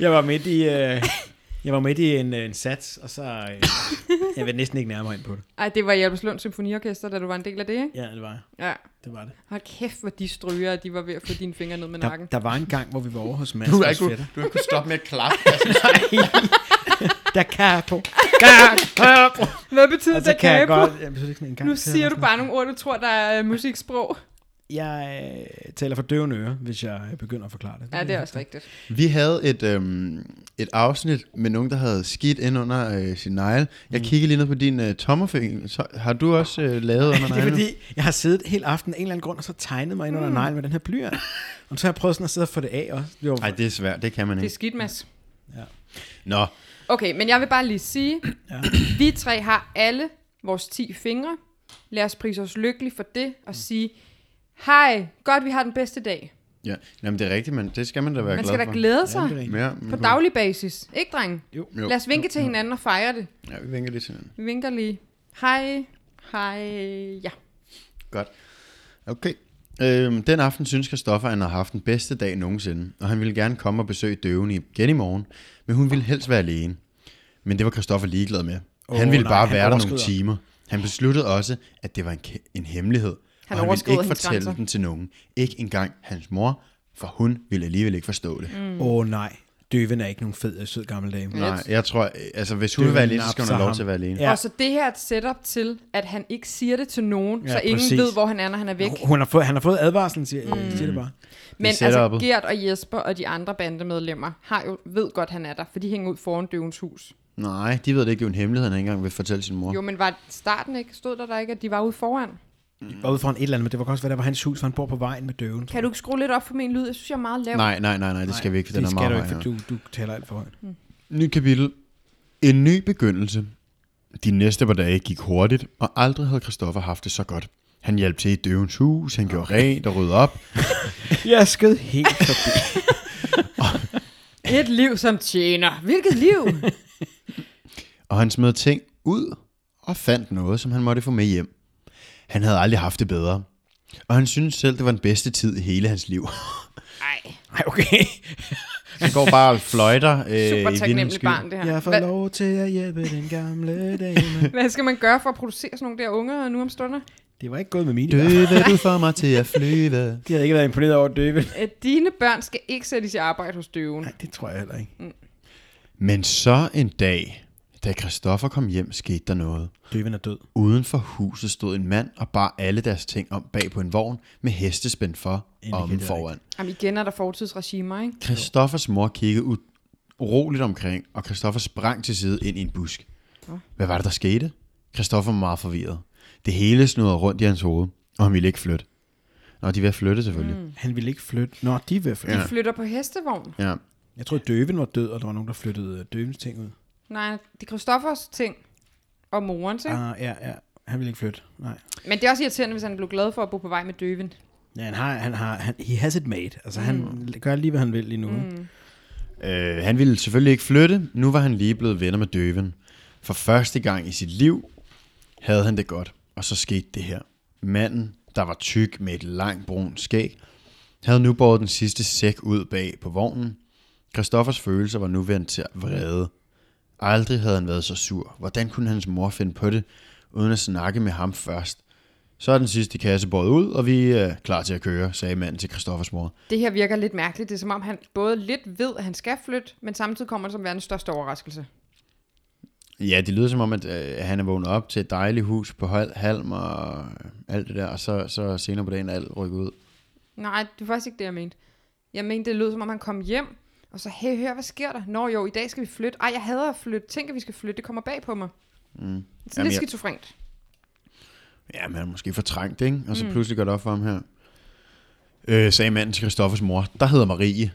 [SPEAKER 2] jeg var midt i, øh, jeg var midt i en, øh, en sats, og så... Øh, jeg vil næsten ikke nærmere ind på det.
[SPEAKER 3] Ej, det var Hjelmslund Symfoniorkester, da du var en del af det, ikke?
[SPEAKER 2] Ja, det var jeg.
[SPEAKER 3] Ja.
[SPEAKER 2] Det var det.
[SPEAKER 3] Hold kæft, hvor de stryger, at de var ved at få dine fingre ned med
[SPEAKER 2] Der,
[SPEAKER 3] nakken.
[SPEAKER 2] der var en gang, hvor vi var over hos Mads.
[SPEAKER 4] Du har
[SPEAKER 2] vores
[SPEAKER 4] ikke, kunne,
[SPEAKER 2] fætter.
[SPEAKER 4] du har ikke kunne stoppe med at klappe.
[SPEAKER 2] Der kan jeg
[SPEAKER 3] Altså,
[SPEAKER 2] på. Kan jeg på.
[SPEAKER 3] Hvad betyder
[SPEAKER 2] Og så
[SPEAKER 3] det,
[SPEAKER 2] Altså, kan jeg
[SPEAKER 3] Kabo?
[SPEAKER 2] godt... Jamen, så er det sådan en gang
[SPEAKER 3] Nu
[SPEAKER 2] til, eller
[SPEAKER 3] siger du
[SPEAKER 2] sådan
[SPEAKER 3] bare nogle ord, du tror, der er øh, musiksprog.
[SPEAKER 2] Jeg øh, taler for døvende ører, hvis jeg øh, begynder at forklare det.
[SPEAKER 3] Ja, det er også rigtigt.
[SPEAKER 4] Vi havde et, øhm, et afsnit med nogen, der havde skidt ind under øh, sin negle. Jeg kiggede lige ned på din øh, tommerfinger. Så, har du også øh, lavet under
[SPEAKER 2] Det er
[SPEAKER 4] neglen?
[SPEAKER 2] fordi, jeg har siddet hele aftenen af en eller anden grund, og så tegnet mig ind
[SPEAKER 3] Mm.
[SPEAKER 2] under neglen med den her blyant. Og så har jeg prøvet sådan at sidde og få det af også. Det var,
[SPEAKER 4] Nej, det er svært. Det kan man
[SPEAKER 3] Det er
[SPEAKER 4] ikke.
[SPEAKER 3] skidt, Mads.
[SPEAKER 4] Nå,
[SPEAKER 3] Okay, men jeg vil bare lige sige,
[SPEAKER 2] Ja.
[SPEAKER 3] ja. vi tre har alle vores 10 fingre. Lad os prise os lykkelig for det og sige, hej, godt vi har den bedste dag.
[SPEAKER 4] Ja, Jamen, det er rigtigt, men det skal man da være
[SPEAKER 3] Man
[SPEAKER 4] glad
[SPEAKER 3] skal da
[SPEAKER 4] for.
[SPEAKER 3] glæde
[SPEAKER 2] Ja,
[SPEAKER 3] sig
[SPEAKER 2] det er rigtigt.
[SPEAKER 4] Ja, men
[SPEAKER 3] på
[SPEAKER 4] kunne-
[SPEAKER 3] daglig basis. Ikke, drenge?
[SPEAKER 2] Jo.
[SPEAKER 4] Jo.
[SPEAKER 3] Lad os vinke til hinanden og fejre det.
[SPEAKER 4] Ja, vi vinker lige til hinanden.
[SPEAKER 3] Vi vinker lige. Hej. Hej. Ja.
[SPEAKER 4] Godt. Okay. Øhm, den aften synes Christoffer, at han har haft den bedste dag nogensinde, og han ville gerne komme og besøge døven igen i morgen, men hun ville helst være alene. Men det var Christoffer ligeglad med.
[SPEAKER 2] Åh,
[SPEAKER 4] Oh, han ville
[SPEAKER 2] nej,
[SPEAKER 4] nej, bare
[SPEAKER 2] han
[SPEAKER 4] være der nogle
[SPEAKER 2] overskrider.
[SPEAKER 4] timer. Han besluttede også, at det var en, ke- en hemmelighed,
[SPEAKER 3] Han
[SPEAKER 4] og han ville
[SPEAKER 3] overskrider
[SPEAKER 4] ikke
[SPEAKER 3] hendes
[SPEAKER 4] fortælle
[SPEAKER 3] grænser.
[SPEAKER 4] den til nogen. Ikke engang hans mor, for hun ville alligevel ikke forstå det. Mm.
[SPEAKER 2] Åh mm. oh, nej, døven er ikke nogen fed og sød gammel dame.
[SPEAKER 4] Nej, jeg tror, øh, altså hvis hun
[SPEAKER 2] Det
[SPEAKER 4] vil være
[SPEAKER 2] vil
[SPEAKER 4] alene, så skal hun have
[SPEAKER 2] napse
[SPEAKER 4] lov
[SPEAKER 2] ham.
[SPEAKER 4] til at være alene.
[SPEAKER 2] Ja.
[SPEAKER 3] Og så det her er et setup til, at han ikke siger det til nogen,
[SPEAKER 2] Ja,
[SPEAKER 3] ja, så ingen
[SPEAKER 2] præcis.
[SPEAKER 3] ved, hvor han er, når han er væk.
[SPEAKER 2] Hun har fået, han har fået advarslen, siger, mm. siger det bare.
[SPEAKER 3] Men altså,
[SPEAKER 4] setup'et.
[SPEAKER 3] Gert og Jesper og de andre bandemedlemmer har jo, ved godt, han er der, for de hænger ud foran døvens hus.
[SPEAKER 4] Nej, de ved det ikke, det er jo en hemmelighed, han ikke engang vil fortælle sin mor.
[SPEAKER 3] Jo, men var starten ikke, stod der der ikke, at de var ude foran?
[SPEAKER 2] Og Mm. ud fra en et eller andet, men det var også, hvad der var hans hus, for han bor på vejen med døven.
[SPEAKER 3] Kan du ikke skrue lidt op for min lyd? Jeg synes, jeg er meget lav.
[SPEAKER 4] Nej, nej, nej, nej, det skal vi ikke, for den
[SPEAKER 2] det
[SPEAKER 4] er
[SPEAKER 2] skal
[SPEAKER 4] meget
[SPEAKER 2] du
[SPEAKER 4] høj
[SPEAKER 2] ikke,
[SPEAKER 4] her.
[SPEAKER 2] for du, du taler alt for højt.
[SPEAKER 4] Nyt kapitel. En ny begyndelse. De næste par dage gik hurtigt, og aldrig havde Christoffer haft det så godt. Han hjalp til i døvens hus, han gjorde rent og ryddede op.
[SPEAKER 2] Jeg skød helt forbi.
[SPEAKER 3] Et liv som tjener. Hvilket liv?
[SPEAKER 4] Øh, og han smed ting ud og fandt noget, som han måtte få med hjem. Han havde aldrig haft det bedre, og han syntes selv, det var den bedste tid i hele hans liv.
[SPEAKER 3] Nej,
[SPEAKER 2] Nej, okay.
[SPEAKER 4] Han går bare og fløjter øh,
[SPEAKER 3] super
[SPEAKER 4] i vindens
[SPEAKER 3] taknemmelig
[SPEAKER 4] sky.
[SPEAKER 3] barn, det her.
[SPEAKER 2] Jeg får
[SPEAKER 3] Hvad-
[SPEAKER 2] lov til at hjælpe den gamle dame.
[SPEAKER 3] Hvad skal man gøre for at producere sådan nogle der unger nu om stunder?
[SPEAKER 2] Det var ikke gået med mine. i hvert fald.
[SPEAKER 4] Døve, du får mig til at flyve.
[SPEAKER 2] De havde ikke været imponeret over døven.
[SPEAKER 3] Øh, Dine børn skal ikke sættes i arbejde hos døven.
[SPEAKER 2] Nej, det tror jeg heller ikke.
[SPEAKER 4] Men så en dag, da Christoffer kom hjem, skete der noget.
[SPEAKER 2] Døven er død.
[SPEAKER 4] Uden for huset stod en mand og bar alle deres ting om bag på en vogn med hestespænd for
[SPEAKER 2] Indikerer
[SPEAKER 4] og om
[SPEAKER 2] det
[SPEAKER 4] foran.
[SPEAKER 3] Jamen igen er der fortidsregimer, ikke?
[SPEAKER 4] Christoffers mor kiggede u- uroligt omkring, og Christoffer sprang til side ind i en busk. Hvad var det, der skete? Christoffer var meget forvirret. Det hele snurrede rundt i hans hoved, og han ville ikke flytte. Nå, de var flytte selvfølgelig. Mm.
[SPEAKER 2] Han ville ikke flytte. Nå, de vil flytte.
[SPEAKER 3] De
[SPEAKER 2] Ja.
[SPEAKER 3] flytter på hestevogn.
[SPEAKER 4] Ja.
[SPEAKER 2] Jeg troede, døven var død, og der var nogen, der flyttede øh, døvens ting ud.
[SPEAKER 3] Nej, det er Christoffers ting. Og morens, ikke?
[SPEAKER 2] Ah, ja, ja. Han ville ikke flytte. Nej.
[SPEAKER 3] Men det er også irriterende, hvis han blev glad for at bo på vej med døven.
[SPEAKER 2] Ja, han har, han har, han, he has it made. Altså, han gør lige, hvad han vil lige nu. Mm.
[SPEAKER 4] Øh, han ville selvfølgelig ikke flytte. Nu var han lige blevet venner med døven. For første gang i sit liv havde han det godt. Og så skete det her. Manden, der var tyk med et langt brun skæg, havde nu båret den sidste sæk ud bag på vognen. Christoffers følelser var nu vendt til vrede. Aldrig havde han været så sur. Hvordan kunne hans mor finde på det, uden at snakke med ham først? Så er den sidste kasse båret ud, og vi er klar til at køre, sagde manden til Christoffers mor.
[SPEAKER 3] Det her virker lidt mærkeligt. Det er som om, han både lidt ved, at han skal flytte, men samtidig kommer det som verdens største overraskelse.
[SPEAKER 4] Ja, det lyder som om, at øh, han er vågnet op til et dejligt hus på Hol- Halm og øh, alt det der, og så, så senere på dagen er alt rykket ud.
[SPEAKER 3] Nej, det var faktisk ikke det, jeg mente. Jeg mente, det lød som om, han kom hjem, og så, hey, hør, hvad sker der? Nå jo, i dag skal vi flytte. Ej, jeg hader at flytte. Tænk, at vi skal flytte. Det kommer bag på mig. Mm. Sådan
[SPEAKER 4] Jamen,
[SPEAKER 3] lidt
[SPEAKER 4] jeg-
[SPEAKER 3] skizofrent.
[SPEAKER 4] Ja, men han er måske fortrængt, ikke? Og så mm. pludselig går det op for ham her. Øh, sagde manden til Christoffers mor, der hedder Marie.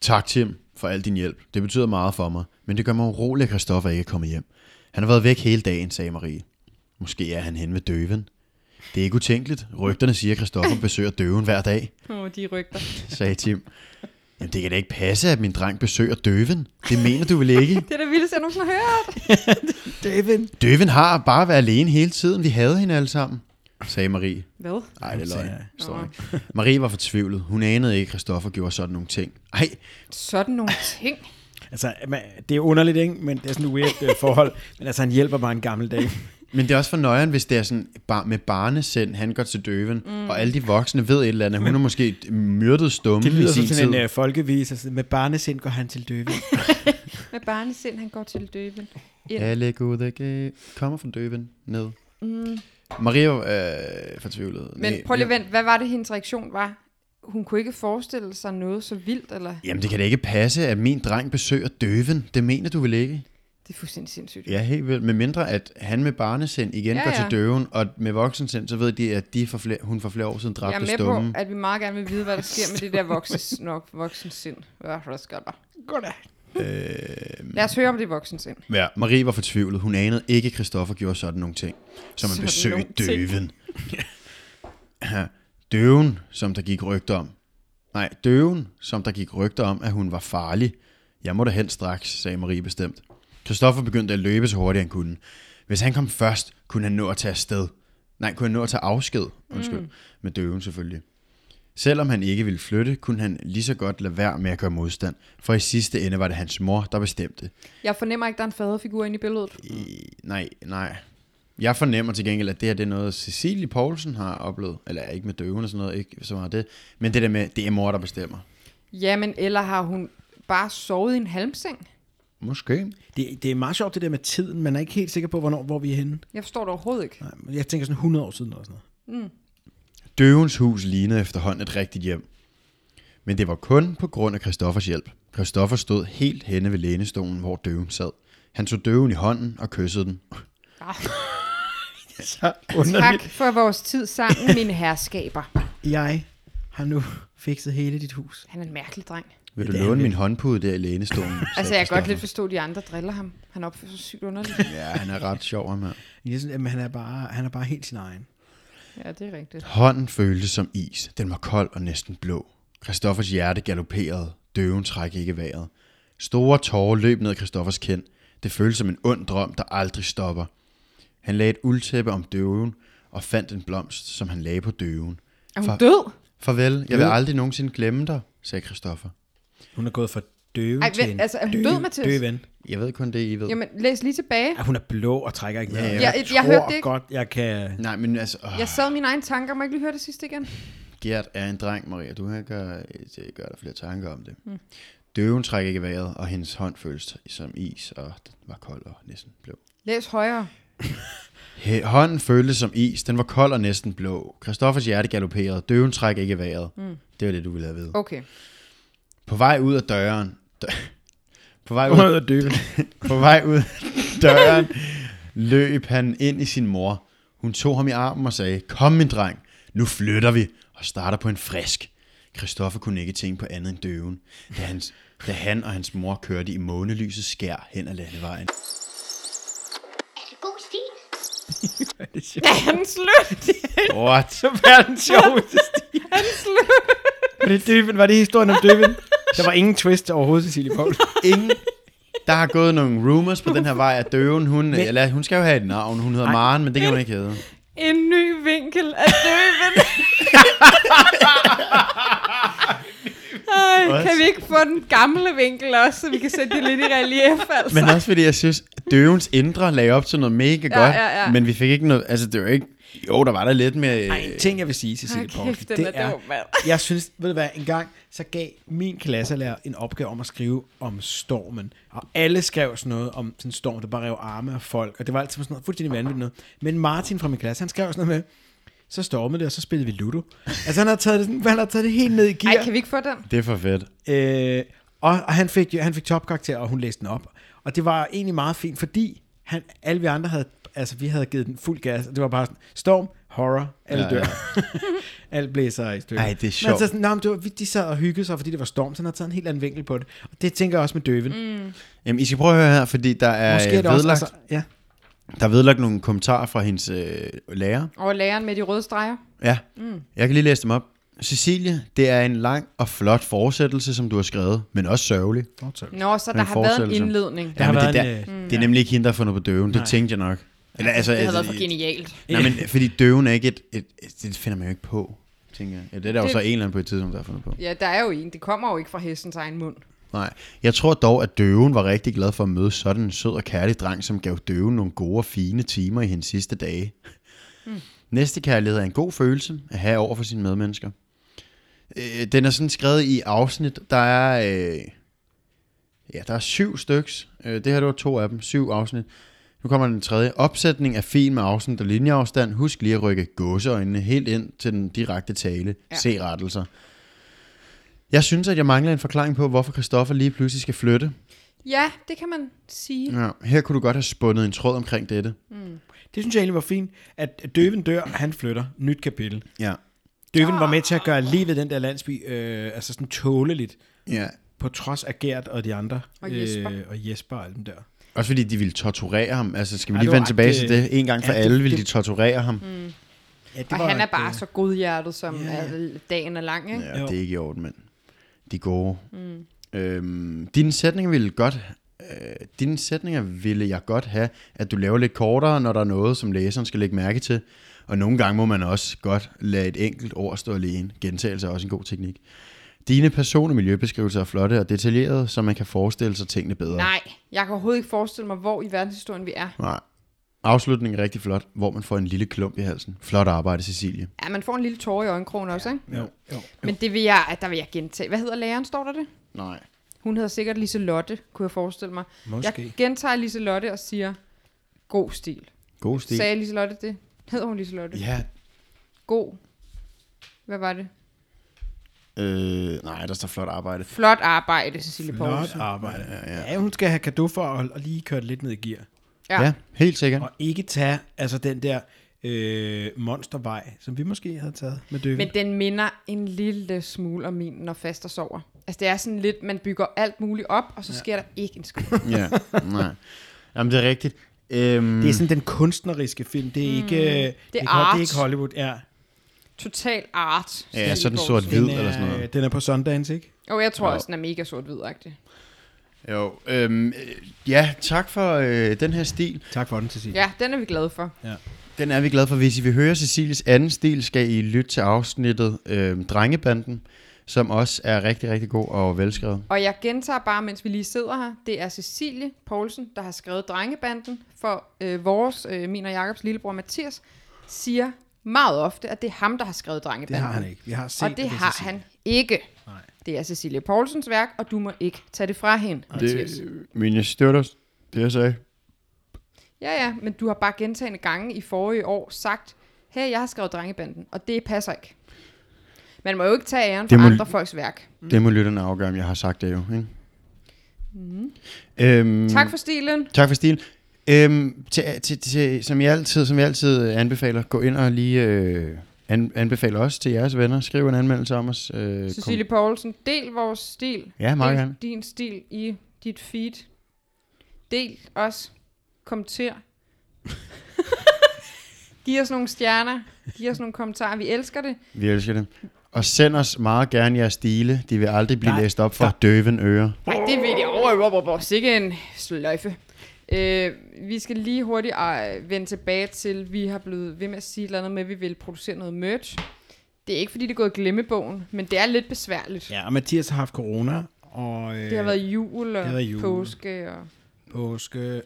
[SPEAKER 4] Tak, Tim, for al din hjælp. Det betyder meget for mig, men det gør mig urolig, at Christoffer ikke er kommet hjem. Han har været væk hele dagen, sagde Marie. Måske er han hen ved døven. Det er ikke utænkeligt. Rygterne siger, at Christoffer besøger døven hver dag.
[SPEAKER 3] Åh, oh, de rygter.
[SPEAKER 4] sagde Tim. Jamen, det kan da ikke passe, at min dreng besøger døven. Det mener du vel ikke?
[SPEAKER 3] Det er da vildeste, jeg nogensinde har hørt.
[SPEAKER 2] Døven.
[SPEAKER 4] Døven har bare været alene hele tiden. Vi havde hende alle sammen, sagde Marie.
[SPEAKER 3] Hvad?
[SPEAKER 4] Nej, det er løgn.
[SPEAKER 2] Sagde jeg.
[SPEAKER 4] Sorry. Marie var fortvivlet. Hun anede ikke, at Christoffer gjorde sådan nogle ting. Ej,
[SPEAKER 3] Sådan nogle ting.
[SPEAKER 2] Altså, man, det er underligt, ikke? Men det er sådan et weird øh, forhold. Men altså, han hjælper bare en gammel dame.
[SPEAKER 4] men det er også for nøjeren, hvis det er sådan bar med barnesind, han går til døven, mm. og alle de voksne ved et eller andet. Hun er måske myrdet stumme
[SPEAKER 2] Det
[SPEAKER 4] i
[SPEAKER 2] lyder
[SPEAKER 4] sin
[SPEAKER 2] sådan
[SPEAKER 4] tid.
[SPEAKER 2] en øh, folkevis. Altså, med barnesind går han til døven.
[SPEAKER 3] Med barnesind, han går til døben.
[SPEAKER 2] øh,
[SPEAKER 4] Alle gode gaver kommer fra døven ned. Mm. Marie var øh, fortvivlet.
[SPEAKER 3] Men
[SPEAKER 4] Nej,
[SPEAKER 3] prøv lige
[SPEAKER 4] ja.
[SPEAKER 3] at vent, hvad var det, hendes reaktion var? Hun kunne ikke forestille sig noget så vildt, eller?
[SPEAKER 4] Jamen, det kan da ikke passe, at min dreng besøger døven. Det mener du vel ikke?
[SPEAKER 3] Det er fuldstændig sindssygt.
[SPEAKER 4] Ja, helt vel. Med mindre, at han med barnesind igen ja,
[SPEAKER 3] Ja,
[SPEAKER 4] går
[SPEAKER 3] ja.
[SPEAKER 4] til døven, og med voksensind, så ved de, at de for flere, hun for flere år siden
[SPEAKER 3] Jeg er
[SPEAKER 4] dræbte
[SPEAKER 3] med
[SPEAKER 4] stummen.
[SPEAKER 3] på, at vi meget gerne vil vide, hvad der sker med det der voksens, nok voksensind. Hvad for der sker der?
[SPEAKER 2] Goddag.
[SPEAKER 4] Øhm.
[SPEAKER 3] Lad os høre om det voksensind.
[SPEAKER 4] Ja, Marie var fortvivlet. Hun anede ikke, at Christoffer gjorde sådan nogle ting, som at
[SPEAKER 3] Sådan
[SPEAKER 4] besøge
[SPEAKER 3] nogle ting.
[SPEAKER 4] døven. Ja. døven, som der gik rygter om, Nej, døven, som der gik rygter om, at hun var farlig. Jeg må da hen straks, sagde Marie bestemt. Christoffer begyndte at løbe så hurtigt han kunne. Hvis han kom først, kunne han nå at tage afsted. Nej, kunne han nå at tage afsked, undskyld, mm. med døven selvfølgelig. Selvom han ikke ville flytte, kunne han lige så godt lade være med at gøre modstand, for i sidste ende var det hans mor, der bestemte.
[SPEAKER 3] Jeg fornemmer ikke, der er en faderfigur inde i billedet.
[SPEAKER 4] I, nej, nej. Jeg fornemmer til gengæld, at det her det er noget, Cecilie Poulsen har oplevet. Eller ikke med døven og sådan noget, ikke så meget det. Men det der med, det er mor, der bestemmer.
[SPEAKER 3] Jamen, eller har hun bare sovet i en halmseng?
[SPEAKER 4] Måske.
[SPEAKER 2] Det, det er meget sjovt det der med tiden. Man er ikke helt sikker på, hvornår, hvor vi er henne.
[SPEAKER 3] Jeg forstår det overhovedet ikke.
[SPEAKER 2] Nej, men jeg tænker sådan 100 år siden eller sådan noget.
[SPEAKER 4] Døvens hus lignede efterhånden et rigtigt hjem. Men det var kun på grund af Christoffers hjælp. Christoffer stod helt henne ved lænestolen, hvor døven sad. Han tog døven i hånden og kyssede den.
[SPEAKER 3] Ah,
[SPEAKER 2] Så
[SPEAKER 3] tak
[SPEAKER 2] underligt.
[SPEAKER 3] for vores tid sammen, mine herskaber.
[SPEAKER 2] Jeg har nu fikset hele dit hus.
[SPEAKER 3] Han er en mærkelig dreng.
[SPEAKER 4] Vil du
[SPEAKER 2] det er
[SPEAKER 4] låne
[SPEAKER 2] han
[SPEAKER 4] min håndpude der i lænestolen? sagde
[SPEAKER 3] Altså, jeg kan godt
[SPEAKER 4] Christoffer.
[SPEAKER 3] lidt forstå, at de andre driller ham. Han opfører sig sygt underligt.
[SPEAKER 4] Ja, han er ret sjov, ham her.
[SPEAKER 2] Jeg synes, jamen, han, er bare, han er bare helt sin egen.
[SPEAKER 3] Ja, det er rigtigt.
[SPEAKER 4] Hånden føltes som is. Den var kold og næsten blå. Christoffers hjerte galopperede. Døven træk ikke vejret. Store tårer løb ned Christoffers kind. Det føltes som en ond drøm, der aldrig stopper. Han lagde et uldtæppe om døven og fandt en blomst, som han lagde på døven.
[SPEAKER 3] Er hun
[SPEAKER 4] Fuck.
[SPEAKER 3] død?
[SPEAKER 4] Farvel, jeg vil
[SPEAKER 2] Død.
[SPEAKER 4] aldrig nogensinde glemme dig, sagde Christoffer.
[SPEAKER 2] Hun er gået fra døve
[SPEAKER 3] Ej,
[SPEAKER 2] til
[SPEAKER 3] vent,
[SPEAKER 2] en
[SPEAKER 3] altså, er hun død, Mathias?
[SPEAKER 2] døve ven.
[SPEAKER 4] Jeg ved kun det, I ved.
[SPEAKER 3] Jamen, læs lige tilbage.
[SPEAKER 2] Ja, hun er blå og trækker ikke vejret.
[SPEAKER 4] Ja,
[SPEAKER 3] jeg- jeg
[SPEAKER 2] tror
[SPEAKER 3] hørte det ikke.
[SPEAKER 2] godt, jeg kan...
[SPEAKER 4] Nej, men altså, åh,
[SPEAKER 3] Jeg sad i mine egne tanker. Må jeg ikke lige høre det sidste igen?
[SPEAKER 4] Gert er en dreng, Maria. Du kan gøre, det gør dig flere tanker om det. Mm. Døven trækker ikke vejret, og hendes hånd føltes som is, og den var kold og næsten blå.
[SPEAKER 3] Læs højere.
[SPEAKER 4] Hæ- Hånden føltes som is, den var kold og næsten blå. Christoffers hjerte galopperede, døven trækker ikke vejret. Mm. Det var det, du ville have ved.
[SPEAKER 3] Okay.
[SPEAKER 4] På vej ud af døren... Dø- på vej
[SPEAKER 2] Hun er død
[SPEAKER 4] ud,
[SPEAKER 2] og døve.
[SPEAKER 4] på vej ud af døren løb han ind i sin mor. Hun tog ham i armen og sagde, kom min dreng, nu flytter vi og starter på en frisk. Christoffer kunne ikke tænke på andet end døven, da, hans, da han og hans mor kørte i månelysets skær hen ad landevejen.
[SPEAKER 1] God stil.
[SPEAKER 3] Er han slut?
[SPEAKER 4] What?
[SPEAKER 2] Så verdens sjoveste stil. Var det døven? Var det historien om døven? Der var ingen twist overhovedet, Cecilie Poul.
[SPEAKER 4] Ingen. Der har gået nogle rumors på den her vej, at døven, hun, eller, hun skal jo have et navn, hun hedder Maren, men det kan hun ikke hedde.
[SPEAKER 3] En ny vinkel af døven. Ej, kan vi ikke få den gamle vinkel også, så vi kan sætte det lidt i relief, altså?
[SPEAKER 4] Men også fordi jeg synes, at døvens indre lagde op til noget mega
[SPEAKER 3] Ja,
[SPEAKER 4] godt,
[SPEAKER 3] ja, ja.
[SPEAKER 4] men vi fik ikke noget, altså det var ikke, jo der var der lidt med...
[SPEAKER 2] Nej, en ting jeg vil sige, Cecilie
[SPEAKER 3] Hold
[SPEAKER 2] Poulsen,
[SPEAKER 3] kæft, den
[SPEAKER 2] det
[SPEAKER 3] er
[SPEAKER 2] er,
[SPEAKER 3] dum, mand.
[SPEAKER 2] jeg synes, ved du hvad, en gang, så gav min klasselærer en opgave om at skrive om stormen, og alle skrev sådan noget om sådan en storm, der bare rev arme af folk, og det var altid sådan noget fuldstændig vanvittigt noget. Men Martin fra min klasse, han skrev sådan noget med, så stormede det, og så spillede vi Ludo. Altså han har taget det, sådan, han har taget det helt ned i gear.
[SPEAKER 3] Ej, kan vi ikke få den?
[SPEAKER 4] Det er for fedt.
[SPEAKER 2] Øh, og, og han fik, han fik topkarakter, og hun læste den op. Og det var egentlig meget fint, fordi han, alle vi andre havde, altså vi havde givet den fuld gas, og det var bare sådan, storm, horror, alle
[SPEAKER 4] Ja,
[SPEAKER 2] ja, dør. Ja. Alt blæser i stykker.
[SPEAKER 4] Ej, det er
[SPEAKER 2] Men
[SPEAKER 4] sjovt.
[SPEAKER 2] altså, sådan, nej, men det var, de sad og hyggede sig, fordi det var storm, så han havde taget en helt anden vinkel på det. Og det tænker jeg også med døven. Mm,
[SPEAKER 4] Jamen, I skal prøve at høre her, fordi der er,
[SPEAKER 2] Måske er det
[SPEAKER 4] vedlagt,
[SPEAKER 2] også,
[SPEAKER 4] altså...
[SPEAKER 2] altså, ja.
[SPEAKER 4] der er vedlagt nogle kommentarer fra hendes øh, lærer.
[SPEAKER 3] Og læreren med de røde streger.
[SPEAKER 4] Ja, mm. jeg kan lige læse dem op. Cecilie, det er en lang og flot fortsættelse, som du har skrevet, men også sørgelig.
[SPEAKER 2] Fortsæt.
[SPEAKER 3] Nå, så
[SPEAKER 4] Men
[SPEAKER 3] der har været en
[SPEAKER 4] fortsættelse.
[SPEAKER 3] indledning.
[SPEAKER 2] Der har
[SPEAKER 4] men det,
[SPEAKER 2] været
[SPEAKER 4] er
[SPEAKER 2] en, øh,
[SPEAKER 4] der, det er nemlig ikke hende, der har fundet på døven. Det tænkte jeg nok. Eller, altså,
[SPEAKER 3] Det har
[SPEAKER 4] altså,
[SPEAKER 3] været for genialt.
[SPEAKER 4] Nej, men fordi døven er ikke et, et, et... Det finder man jo ikke på, tænker jeg. Ja, det er der jo
[SPEAKER 3] Det-
[SPEAKER 4] så en eller anden på et tidspunkt, der har fundet på.
[SPEAKER 3] Ja, der er jo en. Det kommer jo ikke fra hestens egen mund.
[SPEAKER 4] Nej, jeg tror dog, at døven var rigtig glad for at møde sådan en sød og kærlig dreng, som gav døven nogle gode og fine timer i hendes sidste dage. Mm. Næste kærlighed er en god følelse at have over for sine medmennesker. Øh, den er sådan skrevet i afsnit. Der er, øh, ja, der er syv styks. Øh, det her det var to af dem. Syv afsnit. Nu kommer den tredje. Opsætning er fin med afsnit og linjeafstand. Husk lige at rykke gåseøjnene helt ind til den direkte tale. Ja. Se rettelser. Jeg synes, at jeg mangler en forklaring på, hvorfor Christoffer lige pludselig skal flytte.
[SPEAKER 3] Ja, det kan man sige.
[SPEAKER 4] Ja, her kunne du godt have spundet en tråd omkring dette.
[SPEAKER 2] Det synes jeg egentlig var fint, at døven dør, han flytter. Nyt kapitel.
[SPEAKER 4] Ja.
[SPEAKER 2] Døven var med til at gøre livet i den der landsby, øh, altså sådan tåleligt.
[SPEAKER 4] ja.
[SPEAKER 2] på trods af Gert og de andre.
[SPEAKER 3] Og Jesper.
[SPEAKER 2] Øh, og Jesper og alle dem der.
[SPEAKER 4] Også fordi de ville torturere ham. Altså, skal vi
[SPEAKER 2] Ej,
[SPEAKER 4] lige
[SPEAKER 2] det var
[SPEAKER 4] vende tilbage
[SPEAKER 2] ret,
[SPEAKER 4] til
[SPEAKER 2] øh,
[SPEAKER 4] det? En gang for
[SPEAKER 2] ja, det-
[SPEAKER 4] alle ville de
[SPEAKER 2] det-
[SPEAKER 4] torturere ham. Mm.
[SPEAKER 2] Ja, det
[SPEAKER 3] Og han er bare
[SPEAKER 2] øh,
[SPEAKER 3] så godhjertet, som yeah. dagen er lang, ikke?
[SPEAKER 4] Ja,
[SPEAKER 2] Jo.
[SPEAKER 4] det er ikke i orden, mand. De er gode. Mm. Øhm, dine sætninger ville godt... Øh, dine sætninger ville jeg godt have, at du laver lidt kortere, når der er noget, som læseren skal lægge mærke til. Og nogle gange må man også godt lade et enkelt ord stå alene. Gentagelse er også en god teknik. Dine person- og miljøbeskrivelser er flotte og detaljerede, så man kan forestille sig tingene bedre.
[SPEAKER 3] Nej, jeg kan overhovedet ikke forestille mig, hvor i verdenshistorien vi er.
[SPEAKER 4] Nej. Afslutningen er rigtig flot, hvor man får en lille klump i halsen. Flot arbejde, Cecilie.
[SPEAKER 3] Ja, man får en lille tårer i øjenkrogen også, ikke?
[SPEAKER 2] Jo, jo.
[SPEAKER 3] Men det vil jeg, der vil jeg gentage. Hvad hedder læreren, står der det?
[SPEAKER 4] Nej.
[SPEAKER 3] Hun hedder sikkert Liselotte, kunne jeg forestille mig.
[SPEAKER 2] Måske.
[SPEAKER 3] Jeg gentager Liselotte og siger, god stil.
[SPEAKER 4] God
[SPEAKER 3] stil.
[SPEAKER 4] stil.
[SPEAKER 3] Sagde Liselotte det? Hedder hun Liselotte?
[SPEAKER 4] Ja.
[SPEAKER 3] God. Hvad var det?
[SPEAKER 4] Øh, nej, der står flot arbejde.
[SPEAKER 3] Flot arbejde, Cecilie
[SPEAKER 2] Flot
[SPEAKER 3] Poulsen.
[SPEAKER 2] arbejde. Ja, ja. ja, hun skal have kado for at, at lige køre det lidt ned i gear.
[SPEAKER 3] Ja.
[SPEAKER 4] Ja, ja helt sikkert.
[SPEAKER 2] Og ikke tage altså den der øh, monstervej, som vi måske havde taget med Døven.
[SPEAKER 3] Men den minder en lille smule om min, når faster sover. Altså det er sådan lidt, man bygger alt muligt op, og så ja. sker der ikke en skid.
[SPEAKER 4] ja, nej. Jamen, det er rigtigt. Øhm,
[SPEAKER 2] Det er sådan den kunstneriske film. Det er mm. ikke, det er det er,
[SPEAKER 3] art.
[SPEAKER 2] det er ikke Hollywood. Ja.
[SPEAKER 3] Total art. Cecilie
[SPEAKER 4] sådan
[SPEAKER 3] Poulsen.
[SPEAKER 4] sort-hvid.
[SPEAKER 2] Den,
[SPEAKER 4] Hvid eller sådan noget.
[SPEAKER 2] er, den er på Sundance, ikke?
[SPEAKER 3] Og jeg tror
[SPEAKER 4] Jo.
[SPEAKER 3] også, den er mega sort-hvidagtig.
[SPEAKER 4] Jo, øhm, øh, ja, tak for øh, den her stil.
[SPEAKER 2] Tak for den, Cecilie.
[SPEAKER 3] Ja, den er vi glade for.
[SPEAKER 4] Den er vi glade for. Hvis I vil høre Cecilies anden stil, skal I lytte til afsnittet øh, Drengebanden, som også er rigtig, rigtig god og velskrevet.
[SPEAKER 3] Og jeg gentager bare, mens vi lige sidder her, det er Cecilie Poulsen, der har skrevet Drengebanden for øh, vores, øh, min og Jacobs lillebror Mathias, siger meget ofte, at det er ham, der har skrevet Drengebanden.
[SPEAKER 2] Det har han ikke. Vi har set,
[SPEAKER 3] og
[SPEAKER 2] at
[SPEAKER 3] det, det
[SPEAKER 2] er
[SPEAKER 3] har
[SPEAKER 2] Cecilie.
[SPEAKER 3] han ikke. Nej. Det er Cecilie Poulsens værk, og du må ikke tage det fra hende, Mathias. Mm.
[SPEAKER 4] men jeg støtter det, jeg sagde.
[SPEAKER 3] Ja, ja, men du har bare gentagende gange i forrige år sagt, hey, jeg har skrevet Drengebanden, og det passer ikke. Man må jo ikke tage æren for
[SPEAKER 4] Det må- Mm.
[SPEAKER 3] andre folks værk.
[SPEAKER 4] Det må lytterne afgøre, om jeg har sagt det jo. Ikke? Mm. Øhm,
[SPEAKER 3] Tak for stilen.
[SPEAKER 4] Tak for stilen. Øhm, til, til, til, som, jeg altid, som jeg altid øh, anbefaler, gå ind og lige øh, an, anbefale os til jeres venner. Skriv en anmeldelse om os. Øh,
[SPEAKER 3] Cecilie Poulsen, del vores stil.
[SPEAKER 4] Ja, meget
[SPEAKER 3] del
[SPEAKER 4] gerne.
[SPEAKER 3] din stil i dit feed. Del os. Kommenter. Giv os nogle stjerner. Giv os nogle kommentarer. Vi elsker det.
[SPEAKER 4] Kom, vi elsker det. Og send os meget gerne jeres stile. De vil aldrig blive
[SPEAKER 2] Nej,
[SPEAKER 4] Nej, læst op for
[SPEAKER 2] der-
[SPEAKER 4] døven øre.
[SPEAKER 3] Nej, det vil jeg over. Sikke en sløjfe. Øh, vi skal lige hurtigt øh, vende tilbage til, vi har blevet ved med at sige et eller andet med, at vi vil producere noget merch. Det er ikke, fordi det er gået i glemmebogen, men det er lidt besværligt. Ja.
[SPEAKER 2] Ja, og Mathias har haft corona, og øh,
[SPEAKER 3] Det har været jul og
[SPEAKER 2] har været jul.
[SPEAKER 3] påske og...
[SPEAKER 2] påske.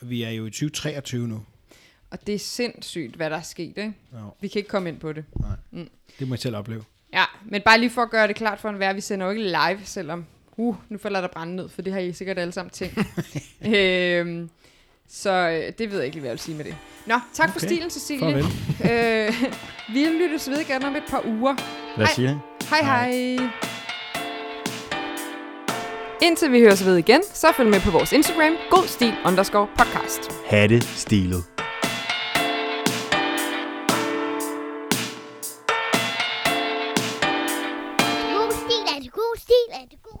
[SPEAKER 2] Vi er jo i 2023 nu.
[SPEAKER 3] Og det er sindssygt, hvad der er sket, ikke?
[SPEAKER 2] Ja.
[SPEAKER 3] Vi kan ikke komme ind på det.
[SPEAKER 2] Det må jeg selv opleve.
[SPEAKER 3] Ja, men bare lige for at gøre det klart for enhver, vi sender jo ikke live, selvom, uh, nu falder der brænde ned, for det har I sikkert alle sammen tænkt. øhm, så øh, det ved jeg ikke lige, hvad jeg vil sige med det. Nå, tak okay. for
[SPEAKER 2] Okay.
[SPEAKER 3] stilen, Cecilie.
[SPEAKER 2] Farvel.
[SPEAKER 3] øh, vi lyttes ved igen om et par uger.
[SPEAKER 4] Lad os
[SPEAKER 3] Hej.
[SPEAKER 4] sige det.
[SPEAKER 3] Hej hej. Indtil vi høres ved igen, så følg med på vores Instagram, godstil underscore podcast.
[SPEAKER 4] Ha' det stilet.
[SPEAKER 1] God stil er det, god stil er det, god